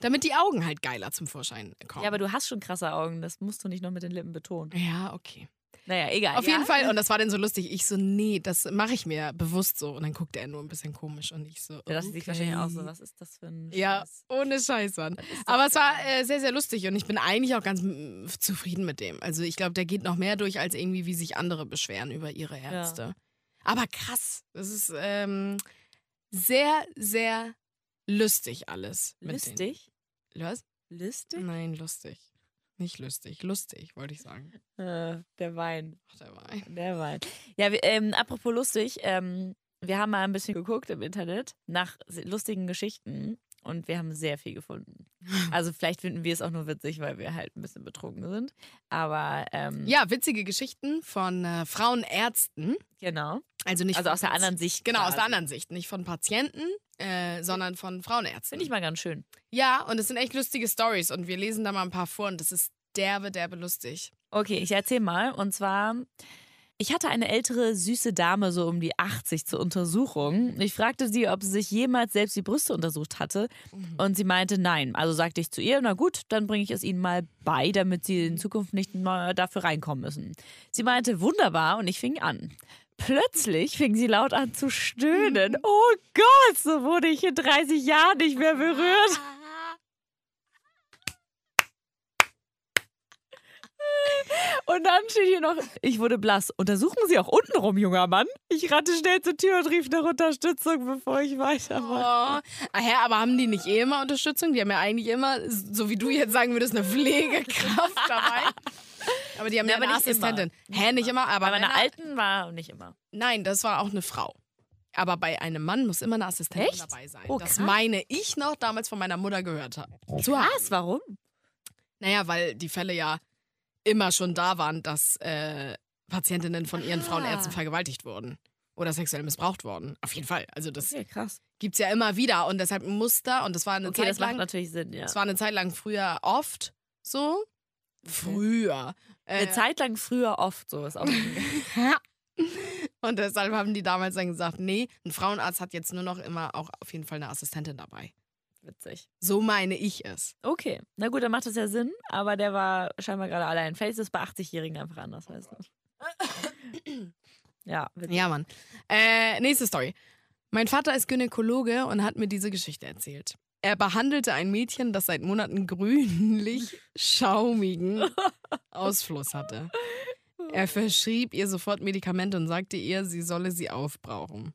S2: Damit die Augen halt geiler zum Vorschein kommen.
S3: Ja, aber du hast schon krasse Augen, das musst du nicht noch mit den Lippen betonen.
S2: Ja, okay.
S3: Naja, egal.
S2: Auf
S3: Ah, ja?
S2: jeden Fall, und das war dann so lustig. Ich so, nee, das mache ich mir bewusst so. Und dann guckte er nur ein bisschen komisch und ich so.
S3: Da dachte sich wahrscheinlich auch so,
S2: okay.
S3: was ist das für ein
S2: Ja,
S3: Scheiß?
S2: ohne Scheiß, Mann. Aber es war äh, sehr, sehr lustig und ich bin eigentlich auch ganz mm, zufrieden mit dem. Also ich glaube, der geht noch mehr durch, als irgendwie, wie sich andere beschweren über ihre Ärzte. Aber krass, das ist ähm, sehr, sehr lustig alles. mit
S3: Lustig?
S2: denen. Was?
S3: Lustig?
S2: Nein, lustig. Nicht lustig, lustig, wollte ich sagen.
S3: Äh, der Wein.
S2: Ach, der war ein-
S3: Der Wein. Ja, wir- ähm, apropos lustig, ähm, wir haben mal ein bisschen geguckt im Internet nach s- lustigen Geschichten und wir haben sehr viel gefunden. Also vielleicht finden wir es auch nur witzig, weil wir halt ein bisschen betrunken sind. Aber ähm,
S2: Ja, witzige Geschichten von äh, Frauenärzten.
S3: genau.
S2: Also nicht
S3: Also
S2: von
S3: aus der
S2: Pati-
S3: anderen Sicht.
S2: Genau, aus
S3: quasi.
S2: der anderen Sicht. Nicht von Patienten, äh, sondern von Frauenärzten.
S3: Finde ich mal ganz schön.
S2: Ja, und es sind echt lustige Stories und wir lesen da mal ein paar vor und das ist derbe, derbe lustig.
S3: Okay, ich erzähl mal. Und zwar, ich hatte eine ältere, süße Dame, so um die 80 zur Untersuchung. Ich fragte sie, ob sie sich jemals selbst die Brüste untersucht hatte. Und sie meinte nein. Also sagte ich zu ihr, na gut, dann bringe ich es ihnen mal bei, damit sie in Zukunft nicht mal dafür reinkommen müssen. Sie meinte wunderbar und ich fing an. Plötzlich fing sie laut an zu stöhnen. Oh Gott, so wurde ich in 30 Jahren nicht mehr berührt. Und dann steht hier noch, ich wurde blass. Untersuchen Sie auch untenrum, junger Mann. Ich rannte schnell zur Tür und rief nach Unterstützung, bevor ich weitermache.
S2: Oh. Hä, aber haben die nicht eh immer Unterstützung? Die haben ja eigentlich immer, so wie du jetzt sagen würdest, eine Pflegekraft dabei. Aber die haben
S3: Ja,
S2: ja,
S3: aber
S2: eine
S3: nicht immer.
S2: Assistentin. Hä, nicht immer, aber
S3: Bei meiner
S2: Männer-
S3: alten war nicht immer.
S2: Nein, das war auch eine Frau. Aber bei einem Mann muss immer eine Assistentin
S3: Echt?
S2: dabei sein.
S3: Oh,
S2: das
S3: krass.
S2: meine ich noch damals von meiner Mutter gehört habe. Zu haben.
S3: Was? Warum?
S2: Naja, weil die Fälle ja immer schon da waren, dass äh, Patientinnen von ihren
S3: Ah.
S2: Frauenärzten vergewaltigt wurden oder sexuell missbraucht wurden. Auf jeden Fall. Also das
S3: krass.
S2: Gibt es ja immer wieder und deshalb ein Muster und das war eine
S3: Okay,
S2: Zeit
S3: das macht
S2: lang.
S3: natürlich Sinn, ja.
S2: Das war eine Zeit lang früher oft so. Früher.
S3: Eine
S2: Äh,
S3: Zeit lang früher oft sowas auch.
S2: und deshalb haben die damals dann gesagt, nee, ein Frauenarzt hat jetzt nur noch immer auch auf jeden Fall eine Assistentin dabei.
S3: Witzig.
S2: So meine ich es.
S3: Okay, na gut, dann macht das ja Sinn, aber der war scheinbar gerade allein. Vielleicht ist es bei 80-Jährigen einfach anders, weißt du. Ja, witzig.
S2: Ja, Mann. Äh, nächste Story. Mein Vater ist Gynäkologe und hat mir diese Geschichte erzählt. Er behandelte ein Mädchen, das seit Monaten grünlich schaumigen Ausfluss hatte. Er verschrieb ihr sofort Medikamente und sagte ihr, sie solle sie aufbrauchen.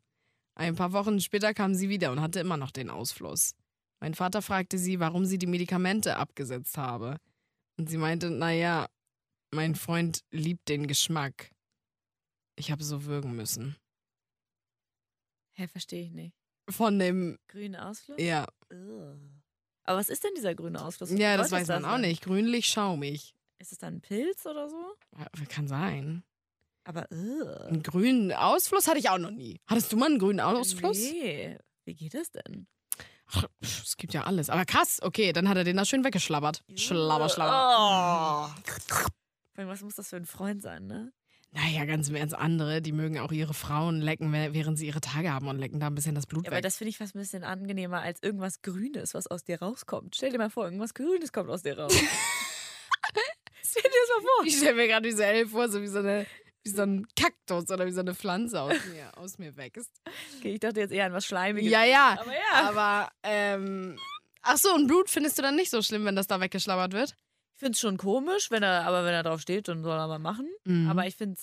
S2: Ein paar Wochen später kam sie wieder und hatte immer noch den Ausfluss. Mein Vater fragte sie, warum sie die Medikamente abgesetzt habe. Und sie meinte, naja, mein Freund liebt den Geschmack. Ich habe so würgen müssen.
S3: Hä, verstehe ich nicht.
S2: Von dem,
S3: Grüner Ausfluss?
S2: ja,
S3: Ugh. Aber was ist denn dieser grüne Ausfluss?
S2: ja,
S3: Was
S2: das
S3: soll
S2: weiß man auch
S3: sein?
S2: nicht. Grünlich schaumig.
S3: Ist es dann ein Pilz oder so?
S2: Kann sein.
S3: Aber ugh.
S2: Einen grünen Ausfluss hatte ich auch noch nie. Hattest du mal einen grünen Ausfluss?
S3: Nee. Wie geht das denn?
S2: Ach, pff, es gibt ja alles. Aber krass, okay, dann hat er den da schön weggeschlabbert. Schlabber,
S3: Schlabber.
S2: schlabber.
S3: Vor allem, was muss das für ein Freund sein, ne?
S2: Naja, ganz im Ernst, andere, die mögen auch ihre Frauen lecken, wä- während sie ihre Tage haben und lecken da ein bisschen das Blut
S3: Ja, aber
S2: weg.
S3: das finde ich fast ein bisschen angenehmer als irgendwas Grünes, was aus dir rauskommt. Stell dir mal vor, irgendwas Grünes kommt aus dir raus. Stell dir das mal vor.
S2: ich stelle mir gerade diese Elf vor, so wie so, eine, wie so ein Kaktus oder wie so eine Pflanze aus mir, aus mir wächst.
S3: Okay, ich dachte jetzt eher an was Schleimiges.
S2: Ja, ja.
S3: Aber ja. Ah.
S2: Aber, ähm. Ach so, und Blut findest du dann nicht so schlimm, wenn das da weggeschlabbert wird?
S3: Ich finde es schon komisch, wenn er, aber wenn er drauf steht, dann soll er mal machen. Aber ich finde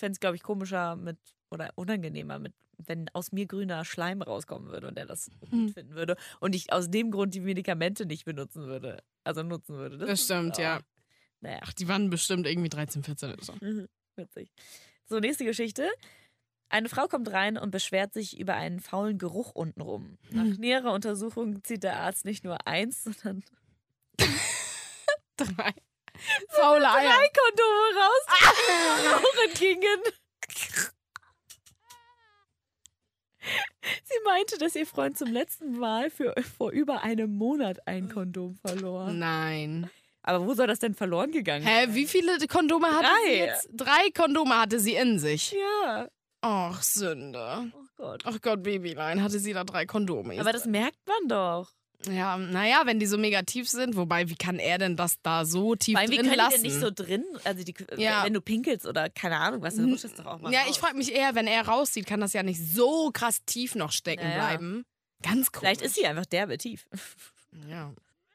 S3: es, glaube ich, komischer mit oder unangenehmer mit, wenn aus mir grüner Schleim rauskommen würde und er das
S2: Hm.
S3: gut finden würde und ich aus dem Grund die Medikamente nicht benutzen würde. Also nutzen würde.
S2: Das
S3: ist-
S2: stimmt,
S3: oh,
S2: ja.
S3: Naja.
S2: Ach, die waren bestimmt irgendwie 13, 14 oder so.
S3: Mhm, Witzig. So, nächste Geschichte. Eine Frau kommt rein und beschwert sich über einen faulen Geruch untenrum. Nach näherer Untersuchung zieht der Arzt nicht nur eins, sondern
S2: Drei. Faule Eier.
S3: drei Kondome raus, die dem Rauch entgingen. Sie meinte, dass ihr Freund zum letzten Mal für, vor über einem Monat ein Kondom verlor.
S2: Nein.
S3: Mhm. Aber wo soll das denn verloren gegangen
S2: Hä, wie viele Kondome hatte sie
S3: Drei.
S2: jetzt? Drei Kondome hatte sie in sich.
S3: Ja.
S2: Och, Sünde.
S3: Oh Gott.
S2: Ach Gott, Babylein, hatte sie da drei Kondome.
S3: Aber das merkt man doch.
S2: ja, naja, wenn die so mega tief sind, wobei, wie kann er denn das da so tief
S3: Weil wir
S2: drin
S3: können
S2: lassen?
S3: ja nicht so drin, also die,
S2: Ja.
S3: wenn du pinkelst oder keine Ahnung was, dann rutscht das doch auch mal
S2: ja,
S3: raus.
S2: ich frage mich eher, wenn er rauszieht, kann das ja nicht so krass tief noch stecken
S3: Ja, ja.
S2: bleiben. Ganz cool.
S3: Vielleicht ist sie einfach derbe tief.
S2: Ja.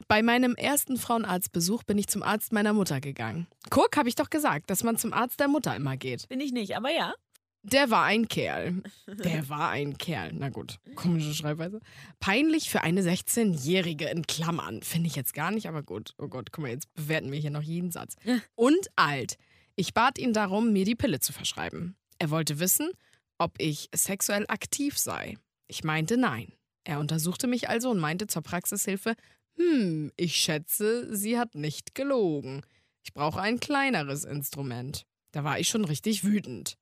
S2: Bei meinem ersten Frauenarztbesuch bin ich zum Arzt meiner Mutter gegangen. Guck, habe ich doch gesagt, dass man zum Arzt der Mutter immer geht.
S3: Bin ich nicht, aber ja.
S2: Der war ein Kerl. Der war ein Kerl. Na gut, komische Schreibweise. Peinlich für eine 16-Jährige in Klammern. Finde ich jetzt gar nicht, aber gut. Oh Gott, guck mal, jetzt bewerten wir hier noch jeden Satz. Und alt. Ich bat ihn darum, mir die Pille zu verschreiben. Er wollte wissen, ob ich sexuell aktiv sei. Ich meinte nein. Er untersuchte mich also und meinte zur Praxishilfe, hm, ich schätze, sie hat nicht gelogen. Ich brauche ein kleineres Instrument. Da war ich schon richtig wütend.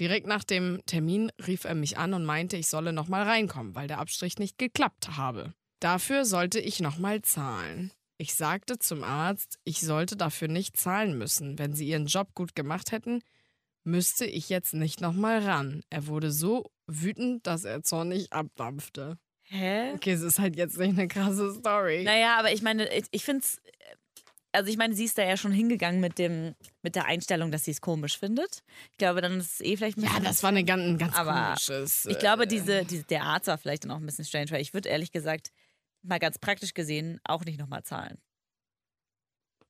S2: Direkt nach dem Termin rief er mich an und meinte, ich solle nochmal reinkommen, weil der Abstrich nicht geklappt habe. Dafür sollte ich nochmal zahlen. Ich sagte zum Arzt, ich sollte dafür nicht zahlen müssen. Wenn sie ihren Job gut gemacht hätten, müsste ich jetzt nicht nochmal ran. Er wurde so wütend, dass er zornig abdampfte.
S3: Hä?
S2: Okay, es ist halt jetzt nicht eine krasse Story.
S3: Naja, aber ich meine, ich, ich finde es. Also ich meine, sie ist da ja schon hingegangen mit dem mit der Einstellung, dass sie es komisch findet. Ich glaube, dann ist es eh vielleicht ein
S2: Ja,
S3: bisschen-
S2: das äh, war eine ganz, ein ganz
S3: Aber
S2: komisches.
S3: Ich glaube, diese, diese, der Arzt war vielleicht dann auch ein bisschen strange, weil ich würde ehrlich gesagt mal ganz praktisch gesehen auch nicht nochmal zahlen.
S2: äh,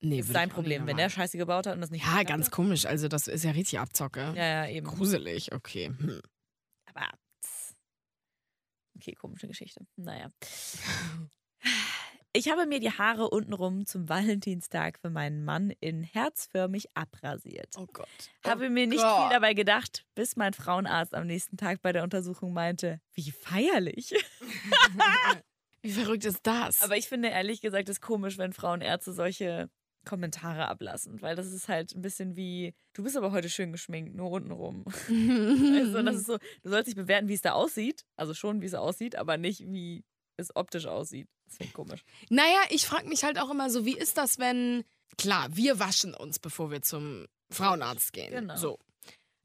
S2: nee,
S3: Das ist
S2: würde
S3: sein
S2: ich auch
S3: Problem,
S2: nicht
S3: wenn
S2: machen.
S3: der Scheiße gebaut hat und das nicht.
S2: Ja,
S3: geklappt
S2: ganz
S3: hat.
S2: komisch. Also, das ist ja richtig Abzocke.
S3: Ja, ja, eben.
S2: Gruselig, okay. Hm.
S3: Aber. tss. Okay, komische Geschichte. Naja. Ich habe mir die Haare untenrum zum Valentinstag für meinen Mann in herzförmig abrasiert.
S2: Oh Gott.
S3: Habe mir nicht
S2: Gott.
S3: viel dabei gedacht, bis mein Frauenarzt am nächsten Tag bei der Untersuchung meinte, wie feierlich.
S2: Wie verrückt ist das?
S3: Aber ich finde ehrlich gesagt es komisch, wenn Frauenärzte solche Kommentare ablassen, weil das ist halt ein bisschen wie, du bist aber heute schön geschminkt, nur untenrum. Also das ist so, du sollst nicht bewerten, wie es da aussieht, also schon, wie es aussieht, aber nicht, wie es optisch aussieht. Das finde ich komisch.
S2: Naja, ich frage mich halt auch immer so, wie ist das, wenn. Klar, wir waschen uns, bevor wir zum Frauenarzt gehen.
S3: Genau.
S2: So.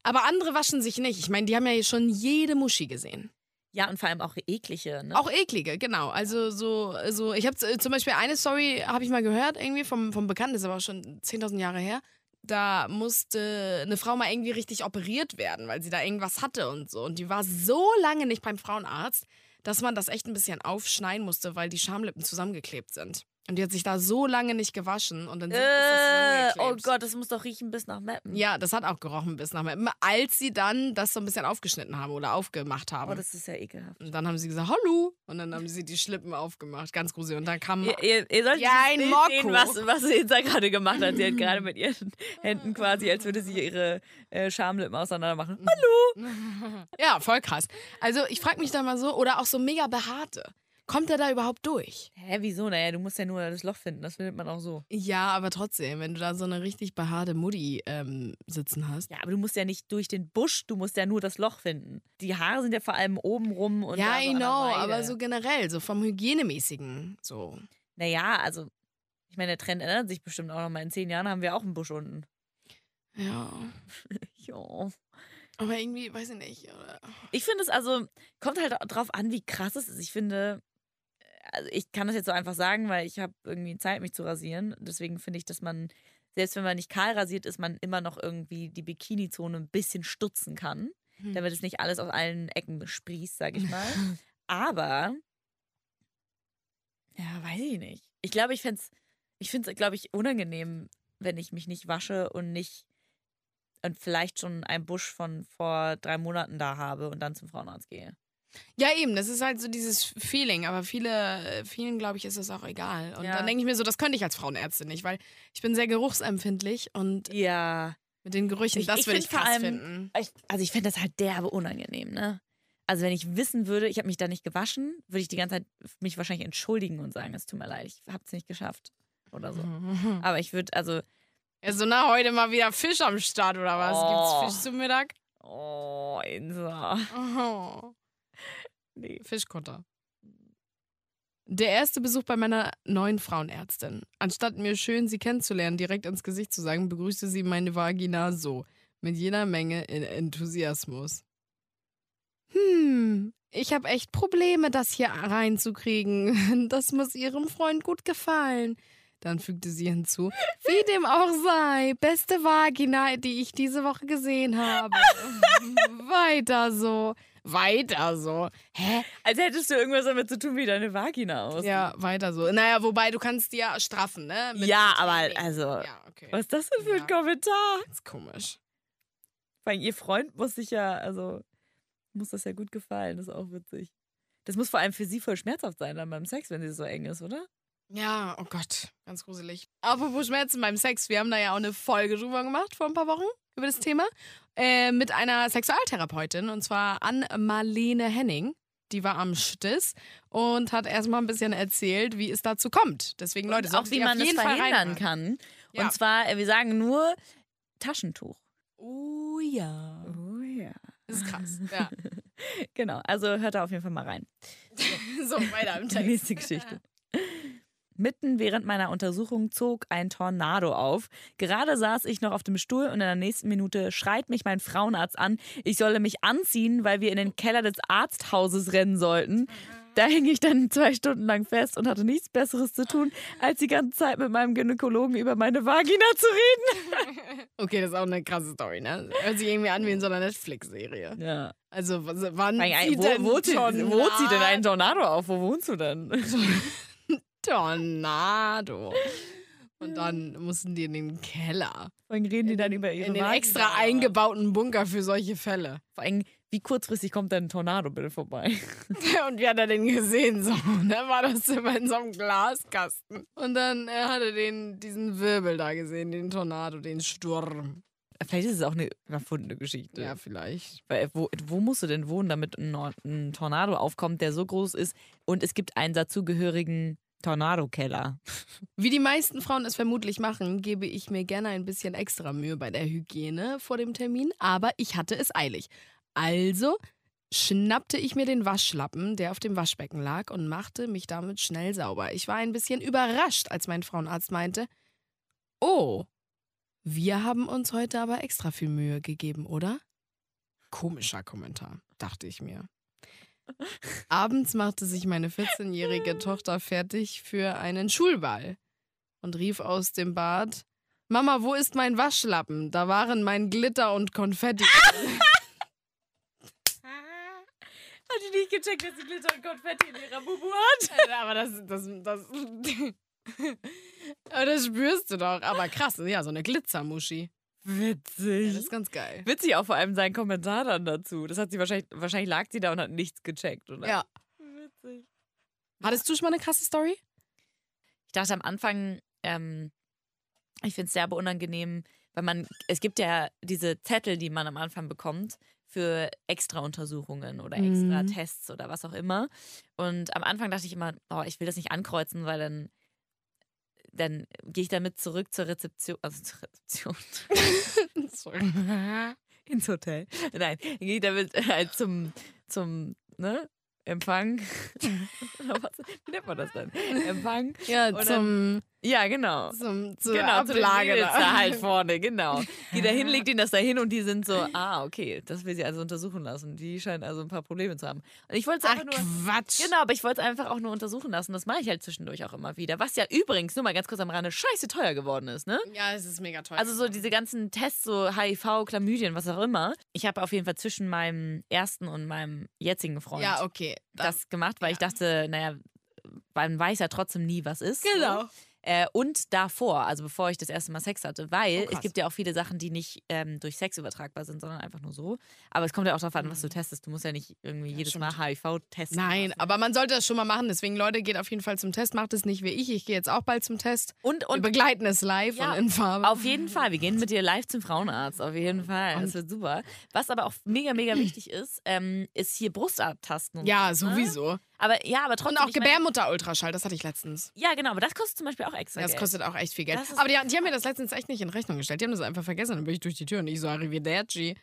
S2: Aber andere waschen sich nicht. Ich meine, die haben ja schon jede Muschi gesehen.
S3: Ja, und vor allem auch eklige, ne?
S2: Auch eklige, genau. Also so, so ich habe zum Beispiel eine Story, habe ich mal gehört, irgendwie vom, vom Bekannten, ist aber auch schon 10.000 Jahre her. Da musste eine Frau mal irgendwie richtig operiert werden, weil sie da irgendwas hatte und so. Und die war so lange nicht beim Frauenarzt, dass man das echt ein bisschen aufschneiden musste, weil die Schamlippen zusammengeklebt sind. Und die hat sich da so lange nicht gewaschen und dann
S3: äh,
S2: sind- ist das
S3: oh
S2: zusammengeklebt.
S3: Gott, das muss doch riechen bis nach Meppen.
S2: Ja, das hat auch gerochen bis nachher. Als sie dann das so ein bisschen aufgeschnitten haben oder aufgemacht haben.
S3: Aber Oh, das ist ja ekelhaft.
S2: Und dann haben sie gesagt, hallo. Und dann haben sie die Schlippen aufgemacht. Ganz gruselig. Und dann kam.
S3: Ihr, ihr, ihr sollt
S2: Ja,
S3: dieses
S2: ein
S3: Bild
S2: Mokko.
S3: sehen, was, was Insa gerade gemacht hat. Sie hat gerade mit ihren Händen quasi, als würde sie ihre äh, Schamlippen auseinander machen. Hallo!
S2: Ja, voll krass. Also ich frage mich da mal so, oder auch so mega Behaarte. Kommt er da überhaupt durch?
S3: Hä, wieso? Naja, du musst ja nur das Loch finden. Das findet man auch so.
S2: Ja, aber trotzdem, wenn du da so eine richtig behaarte Mutti ähm, sitzen hast.
S3: Ja, aber du musst ja nicht durch den Busch, du musst ja nur das Loch finden. Die Haare sind ja vor allem oben rum und
S2: ja,
S3: da so
S2: I
S3: an der
S2: know,
S3: Seite.
S2: aber so generell, so vom Hygienemäßigen. So.
S3: Naja, also, ich meine, der Trend ändert sich bestimmt auch nochmal. In zehn Jahren haben wir auch einen Busch unten.
S2: Ja.
S3: Jo.
S2: Aber irgendwie, weiß ich nicht. Oder?
S3: Ich finde es also, kommt halt drauf an, wie krass es ist. Ich finde, also ich kann das jetzt so einfach sagen, weil ich habe irgendwie Zeit, mich zu rasieren. Deswegen finde ich, dass man, selbst wenn man nicht kahl rasiert ist, man immer noch irgendwie die Bikini-Zone ein bisschen stutzen kann,
S2: Hm.
S3: damit es nicht alles aus allen Ecken sprießt, sag ich mal. Aber, ja, weiß ich nicht. Ich glaube, ich fände es, ich finde es, glaube ich, unangenehm, wenn ich mich nicht wasche und nicht und vielleicht schon einen Busch von vor drei Monaten da habe und dann zum Frauenarzt gehe.
S2: Ja, eben, das ist halt so dieses Feeling, aber viele, äh, vielen, glaube ich, ist es auch egal. Und
S3: Ja.
S2: dann denke ich mir so, das könnte ich als Frauenärztin nicht, weil ich bin sehr geruchsempfindlich und
S3: Ja.
S2: mit den Gerüchen,
S3: Ich-
S2: das
S3: ich
S2: würde ich
S3: find vor
S2: krass
S3: allem-
S2: finden.
S3: Ich, also ich fände das halt derbe unangenehm, ne? Also wenn ich wissen würde, ich habe mich da nicht gewaschen, würde ich die ganze Zeit mich wahrscheinlich entschuldigen und sagen, es tut mir leid, ich hab's nicht geschafft oder so. Aber ich würde, also,
S2: Also, na, heute mal wieder Fisch am Start oder was?
S3: Oh.
S2: Gibt's Fisch zum Mittag?
S3: oh, Insa.
S2: Oh.
S3: Nee.
S2: Fischkutter. Der erste Besuch bei meiner neuen Frauenärztin. Anstatt mir schön, sie kennenzulernen, direkt ins Gesicht zu sagen, begrüßte sie meine Vagina so. Mit jeder Menge in Enthusiasmus. Hm, ich habe echt Probleme, das hier reinzukriegen. Das muss ihrem Freund gut gefallen. Dann fügte sie hinzu, wie dem auch sei, beste Vagina, die ich diese Woche gesehen habe. Weiter so. Weiter so. Hä?
S3: Als hättest du irgendwas damit zu tun, wie deine Vagina aussieht.
S2: Ja, weiter so. Naja, wobei du kannst die ja straffen, ne? Mit-
S3: Ja,
S2: mit
S3: aber
S2: Training.
S3: also,
S2: Ja, okay.
S3: was ist das denn für ein
S2: Ja.
S3: Kommentar?
S2: Das ist komisch.
S3: Vor allem ihr Freund muss sich ja, also, muss das ja gut gefallen, das ist auch witzig. Das muss vor allem für sie voll schmerzhaft sein dann beim Sex, wenn sie so eng ist, oder?
S2: Ja, oh Gott, ganz gruselig. Apropos Schmerzen beim Sex, wir haben da ja auch eine Folge drüber gemacht vor ein paar Wochen über das Thema äh, mit einer Sexualtherapeutin und zwar an Marlene Henning. Die war am Stiss und hat erstmal ein bisschen erzählt, wie es dazu kommt. Deswegen, Leute,
S3: Und auch
S2: solltet
S3: wie
S2: ihr
S3: man
S2: auf
S3: das
S2: jeden Fall
S3: verhindern
S2: reinhören.
S3: kann.
S2: Ja.
S3: Und zwar, äh, wir sagen nur Taschentuch.
S2: Oh ja.
S3: Oh ja.
S2: Das ist krass. Ja.
S3: Genau, also hört da auf jeden Fall mal rein.
S2: So, weiter im
S3: Die
S2: Text.
S3: nächste Geschichte. Mitten während meiner Untersuchung zog ein Tornado auf. Gerade saß ich noch auf dem Stuhl und in der nächsten Minute schreit mich mein Frauenarzt an, ich solle mich anziehen, weil wir in den Keller des Arzthauses rennen sollten. Da hing ich dann zwei Stunden lang fest und hatte nichts Besseres zu tun, als die ganze Zeit mit meinem Gynäkologen über meine Vagina zu reden.
S2: Okay, das ist auch eine krasse Story, ne? Hört sich irgendwie an wie in so einer Netflix-Serie.
S3: Ja.
S2: Also, was, wann
S3: Weil,
S2: zieht
S3: wo,
S2: denn
S3: wo, zieht-
S2: Tornado?
S3: wo zieht denn ein Tornado auf? Wo wohnst du denn?
S2: Tornado? Und dann mussten die in den Keller.
S3: Wann reden die dann über ihre
S2: In den
S3: Vagina?
S2: extra eingebauten Bunker für solche Fälle.
S3: Vor allem, wie kurzfristig kommt denn ein Tornado bitte vorbei?
S2: Und wie hat er den gesehen? So, ne? War das immer in so einem Glaskasten. Und dann äh, hat er den, diesen Wirbel da gesehen, den Tornado, den Sturm.
S3: Vielleicht ist es auch eine erfundene Geschichte.
S2: Ja, vielleicht.
S3: Weil wo, wo musst du denn wohnen, damit ein, Nor- ein Tornado aufkommt, der so groß ist und es gibt einen dazugehörigen Tornado-Keller.
S2: Wie die meisten Frauen es vermutlich machen, gebe ich mir gerne ein bisschen extra Mühe bei der Hygiene vor dem Termin, aber ich hatte es eilig. Also schnappte ich mir den Waschlappen, der auf dem Waschbecken lag, und machte mich damit schnell sauber. Ich war ein bisschen überrascht, als mein Frauenarzt meinte, oh, wir haben uns heute aber extra viel Mühe gegeben, oder? Komischer Kommentar, dachte ich mir. Abends machte sich meine 14-jährige Tochter fertig für einen Schulball und rief aus dem Bad: Mama, wo ist mein Waschlappen? Da waren mein Glitter und Konfetti.
S3: Hat die nicht gecheckt, dass sie Glitter und Konfetti in ihrer Bubu hat?
S2: Aber das, das, das, aber das spürst du doch. Aber krass, ja, so eine Glitzermuschi. Ja, das
S3: Witzig.
S2: ist ganz geil.
S3: Witzig auch vor allem sein Kommentar dann dazu. Das hat sie wahrscheinlich, wahrscheinlich lag sie da und hat nichts gecheckt, oder?
S2: Ja.
S3: Witzig.
S2: Hattest du schon mal eine krasse Story?
S3: Ich dachte am Anfang, ähm, ich finde es derbe unangenehm, weil man, es gibt ja diese Zettel, die man am Anfang bekommt für extra Untersuchungen oder extra
S2: Mhm.
S3: Tests oder was auch immer. Und am Anfang dachte ich immer, oh, ich will das nicht ankreuzen, weil dann, dann gehe ich damit zurück zur Rezeption, also zur Rezeption,
S2: Sorry.
S3: ins Hotel. Nein, dann gehe ich damit halt zum, zum, ne? Empfang. Was- Wie nennt man das denn? Empfang.
S2: Ja,
S3: Und
S2: zum,
S3: Ja, genau.
S2: zum, zur
S3: genau, zu den
S2: Ablage.
S3: Mädels da
S2: da.
S3: halt vorne, genau. Die da hin, legt ihnen das da hin und die sind so, ah, okay, das will sie also untersuchen lassen. Die scheinen also ein paar Probleme zu haben. Und ich wollte es
S2: Ach,
S3: einfach nur.
S2: Quatsch.
S3: Genau, aber ich wollte es einfach auch nur untersuchen lassen. Das mache ich halt zwischendurch auch immer wieder. Was ja übrigens, nur mal ganz kurz am Rande, scheiße teuer geworden ist, ne?
S2: Ja, es ist mega toll.
S3: Also so diese ganzen Tests, so HIV, Chlamydien, was auch immer. Ich habe auf jeden Fall zwischen meinem ersten und meinem jetzigen Freund
S2: Ja, okay.
S3: das, gemacht, weil ich dachte, naja, man weiß ja trotzdem nie, was ist. ne? So.
S2: Genau.
S3: Äh, und davor, also bevor ich das erste Mal Sex hatte, weil
S2: Oh, krass.
S3: es gibt ja auch viele Sachen, die nicht ähm, durch Sex übertragbar sind, sondern einfach nur so. Aber es kommt ja auch darauf an, was du testest. Du musst ja nicht irgendwie jedes
S2: Mhm. stimmt.
S3: Mal HIV testen.
S2: Nein,
S3: lassen.
S2: aber man sollte das schon mal machen. Deswegen, Leute, geht auf jeden Fall zum Test. Macht es nicht wie ich. Ich gehe jetzt auch bald zum Test.
S3: Und,
S2: Und wir
S3: und
S2: begleiten es live
S3: Ja,
S2: und in Farbe.
S3: auf jeden Fall, wir gehen mit dir live zum Frauenarzt, auf jeden Fall.
S2: Oh, Und-
S3: Das wird super. Was aber auch mega, mega wichtig ist, ähm, ist hier Brust abtasten. und
S2: ja,
S3: so, ne?
S2: sowieso.
S3: Aber ja, aber trotzdem.
S2: Und auch
S3: ich meine-
S2: Gebärmutter-Ultraschall, das hatte ich letztens.
S3: Ja, genau, aber das kostet zum Beispiel auch extra.
S2: Das
S3: Geld.
S2: kostet auch echt viel Geld.
S3: Das ist-
S2: Aber die, die haben mir das letztens echt nicht in Rechnung gestellt. Die haben das einfach vergessen. Dann bin ich durch die Tür und ich so, arrivederci.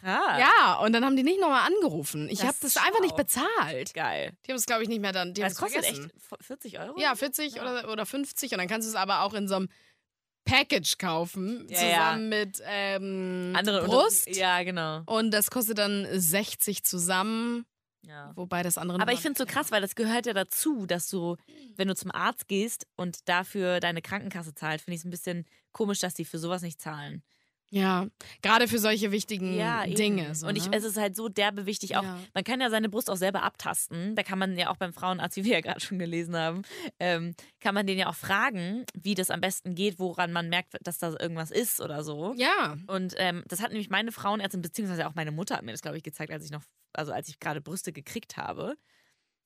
S3: krass.
S2: Ja, und dann haben die nicht nochmal angerufen. Ich
S3: Das
S2: habe das
S3: ist
S2: einfach nicht
S3: schlau.
S2: bezahlt.
S3: Geil.
S2: Die haben es, glaube ich, nicht mehr dann. Die haben
S3: Das
S2: es
S3: kostet
S2: vergessen.
S3: echt 40 Euro?
S2: Ja, 40
S3: Ja.
S2: Oder, oder 50. Und dann kannst du es aber auch in so einem Package kaufen.
S3: Ja,
S2: zusammen mit ähm,
S3: Andere
S2: Brust.
S3: Ja, genau.
S2: Und das kostet dann 60 zusammen.
S3: Ja.
S2: Wobei das andere.
S3: Aber
S2: noch-
S3: ich finde es so krass, weil das gehört ja dazu, dass du, wenn du zum Arzt gehst und dafür deine Krankenkasse zahlt, finde ich es ein bisschen komisch, dass die für sowas nicht zahlen.
S2: Ja, gerade für solche wichtigen
S3: eben.
S2: Mm, Dinge. So,
S3: und ich,
S2: ne?
S3: es ist halt so derbe wichtig auch.
S2: Ja.
S3: Man kann ja seine Brust auch selber abtasten. Da kann man ja auch beim Frauenarzt, wie wir ja gerade schon gelesen haben, ähm, kann man den ja auch fragen, wie das am besten geht, woran man merkt, dass da irgendwas ist oder so.
S2: ja.
S3: Und ähm, das hat nämlich meine Frauenärztin, beziehungsweise auch meine Mutter hat mir das, glaube ich, gezeigt, als ich noch, also als ich gerade Brüste gekriegt habe.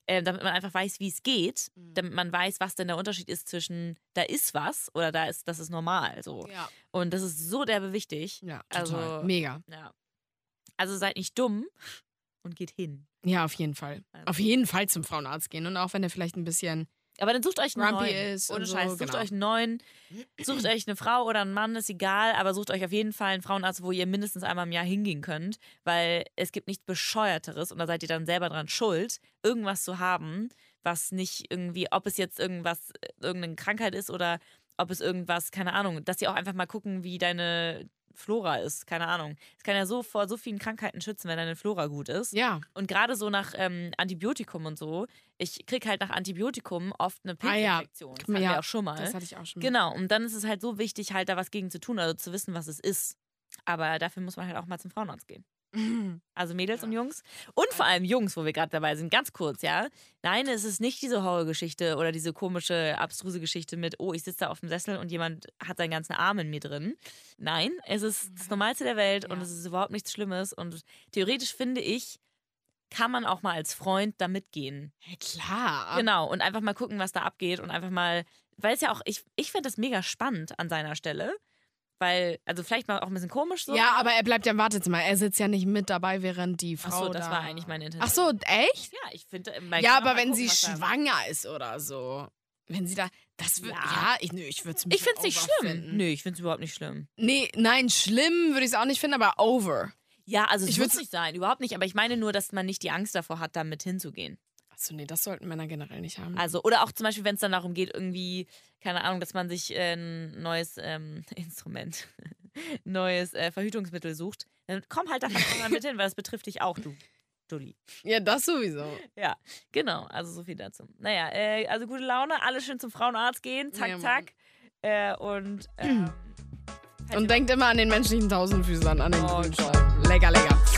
S3: Ähm, damit man einfach weiß, wie es geht, damit man weiß, was denn der Unterschied ist zwischen da ist was oder da ist, das ist normal. So.
S2: Ja,
S3: Und das ist so derbe wichtig.
S2: ja total.
S3: Also-
S2: Mega.
S3: Ja. Also seid nicht dumm und geht hin.
S2: Ja, auf jeden Fall.
S3: Also-
S2: Auf jeden Fall zum Frauenarzt gehen. Und auch wenn er vielleicht ein bisschen.
S3: Aber dann sucht euch einen
S2: Grumpy
S3: neuen.
S2: ist
S3: Ohne
S2: und so,
S3: Scheiß, sucht
S2: genau.
S3: euch einen neuen. Sucht euch eine Frau oder einen Mann, ist egal, aber sucht euch auf jeden Fall einen Frauenarzt, wo ihr mindestens einmal im Jahr hingehen könnt, weil es gibt nichts Bescheuerteres und da seid ihr dann selber dran schuld, irgendwas zu haben, was nicht irgendwie, ob es jetzt irgendwas, irgendeine Krankheit ist oder ob es irgendwas, keine Ahnung, dass sie auch einfach mal gucken, wie deine Flora ist, keine Ahnung. Es kann ja so vor so vielen Krankheiten schützen, wenn deine Flora gut ist.
S2: Ja,
S3: Und gerade so nach ähm, Antibiotikum und so, ich krieg halt nach Antibiotikum oft eine
S2: Ah ja.
S3: Pilzinfektion. Das hatten
S2: Ja,
S3: wir auch schon mal.
S2: das hm. hatte ich auch schon. mal.
S3: genau, und dann ist es halt so wichtig, halt da was gegen zu tun, also zu wissen, was es ist. Aber dafür muss man halt auch mal zum Frauenarzt gehen. Also Mädels
S2: Ja.
S3: und Jungs. Und vor allem Jungs, wo wir gerade dabei sind, ganz kurz, ja. Nein, es ist nicht diese Horrorgeschichte oder diese komische, abstruse Geschichte mit, oh, ich sitze da auf dem Sessel und jemand hat seinen ganzen Arm in mir drin. Nein, es ist das Normalste der Welt und
S2: Mhm. Ja.
S3: es ist überhaupt nichts Schlimmes. Und theoretisch finde ich, kann man auch mal als Freund da mitgehen.
S2: Ja, klar.
S3: Genau, und einfach mal gucken, was da abgeht und einfach mal, weil es ja auch, ich, ich finde das mega spannend an seiner Stelle. Weil, also vielleicht mal auch ein bisschen komisch so.
S2: Ja, aber er bleibt ja im Wartezimmer. Er sitzt ja nicht mit dabei, während die Frau.
S3: Ach so, das
S2: da
S3: war eigentlich meine Intention.
S2: Ach so, echt?
S3: Ja, ich finde. man kann
S2: ja,
S3: auch
S2: aber
S3: mal
S2: wenn
S3: gucken,
S2: sie
S3: was da-
S2: schwanger ist oder so. Wenn sie da. Das wird.
S3: Ja.
S2: Ja, ich, nö, ich würde es
S3: Ich find's nicht schlimm.
S2: Finden.
S3: Nö, ich find's überhaupt nicht schlimm.
S2: Nee, nein, schlimm würde ich es auch nicht finden, aber over.
S3: Ja, also es
S2: Ich
S3: muss
S2: würd's-
S3: nicht sein, überhaupt nicht. Aber ich meine nur, dass man nicht die Angst davor hat, damit hinzugehen.
S2: Achso, nee, das sollten Männer generell nicht haben.
S3: Also, oder auch zum Beispiel, wenn es dann darum geht, irgendwie, keine Ahnung, dass man sich äh, ein neues ähm, Instrument, neues äh, Verhütungsmittel sucht, dann komm halt da einfach mal mit hin, weil das betrifft dich auch, du Dulli.
S2: Ja, das sowieso.
S3: Ja, genau, also so viel dazu. Naja, äh, also gute Laune, alle schön zum Frauenarzt gehen, zack,
S2: Ja, Mann.
S3: zack. Äh, und ähm,
S2: Und denkt immer an den menschlichen Tausendfüßler, und an den
S3: Oh
S2: Grünschau. Lecker, lecker.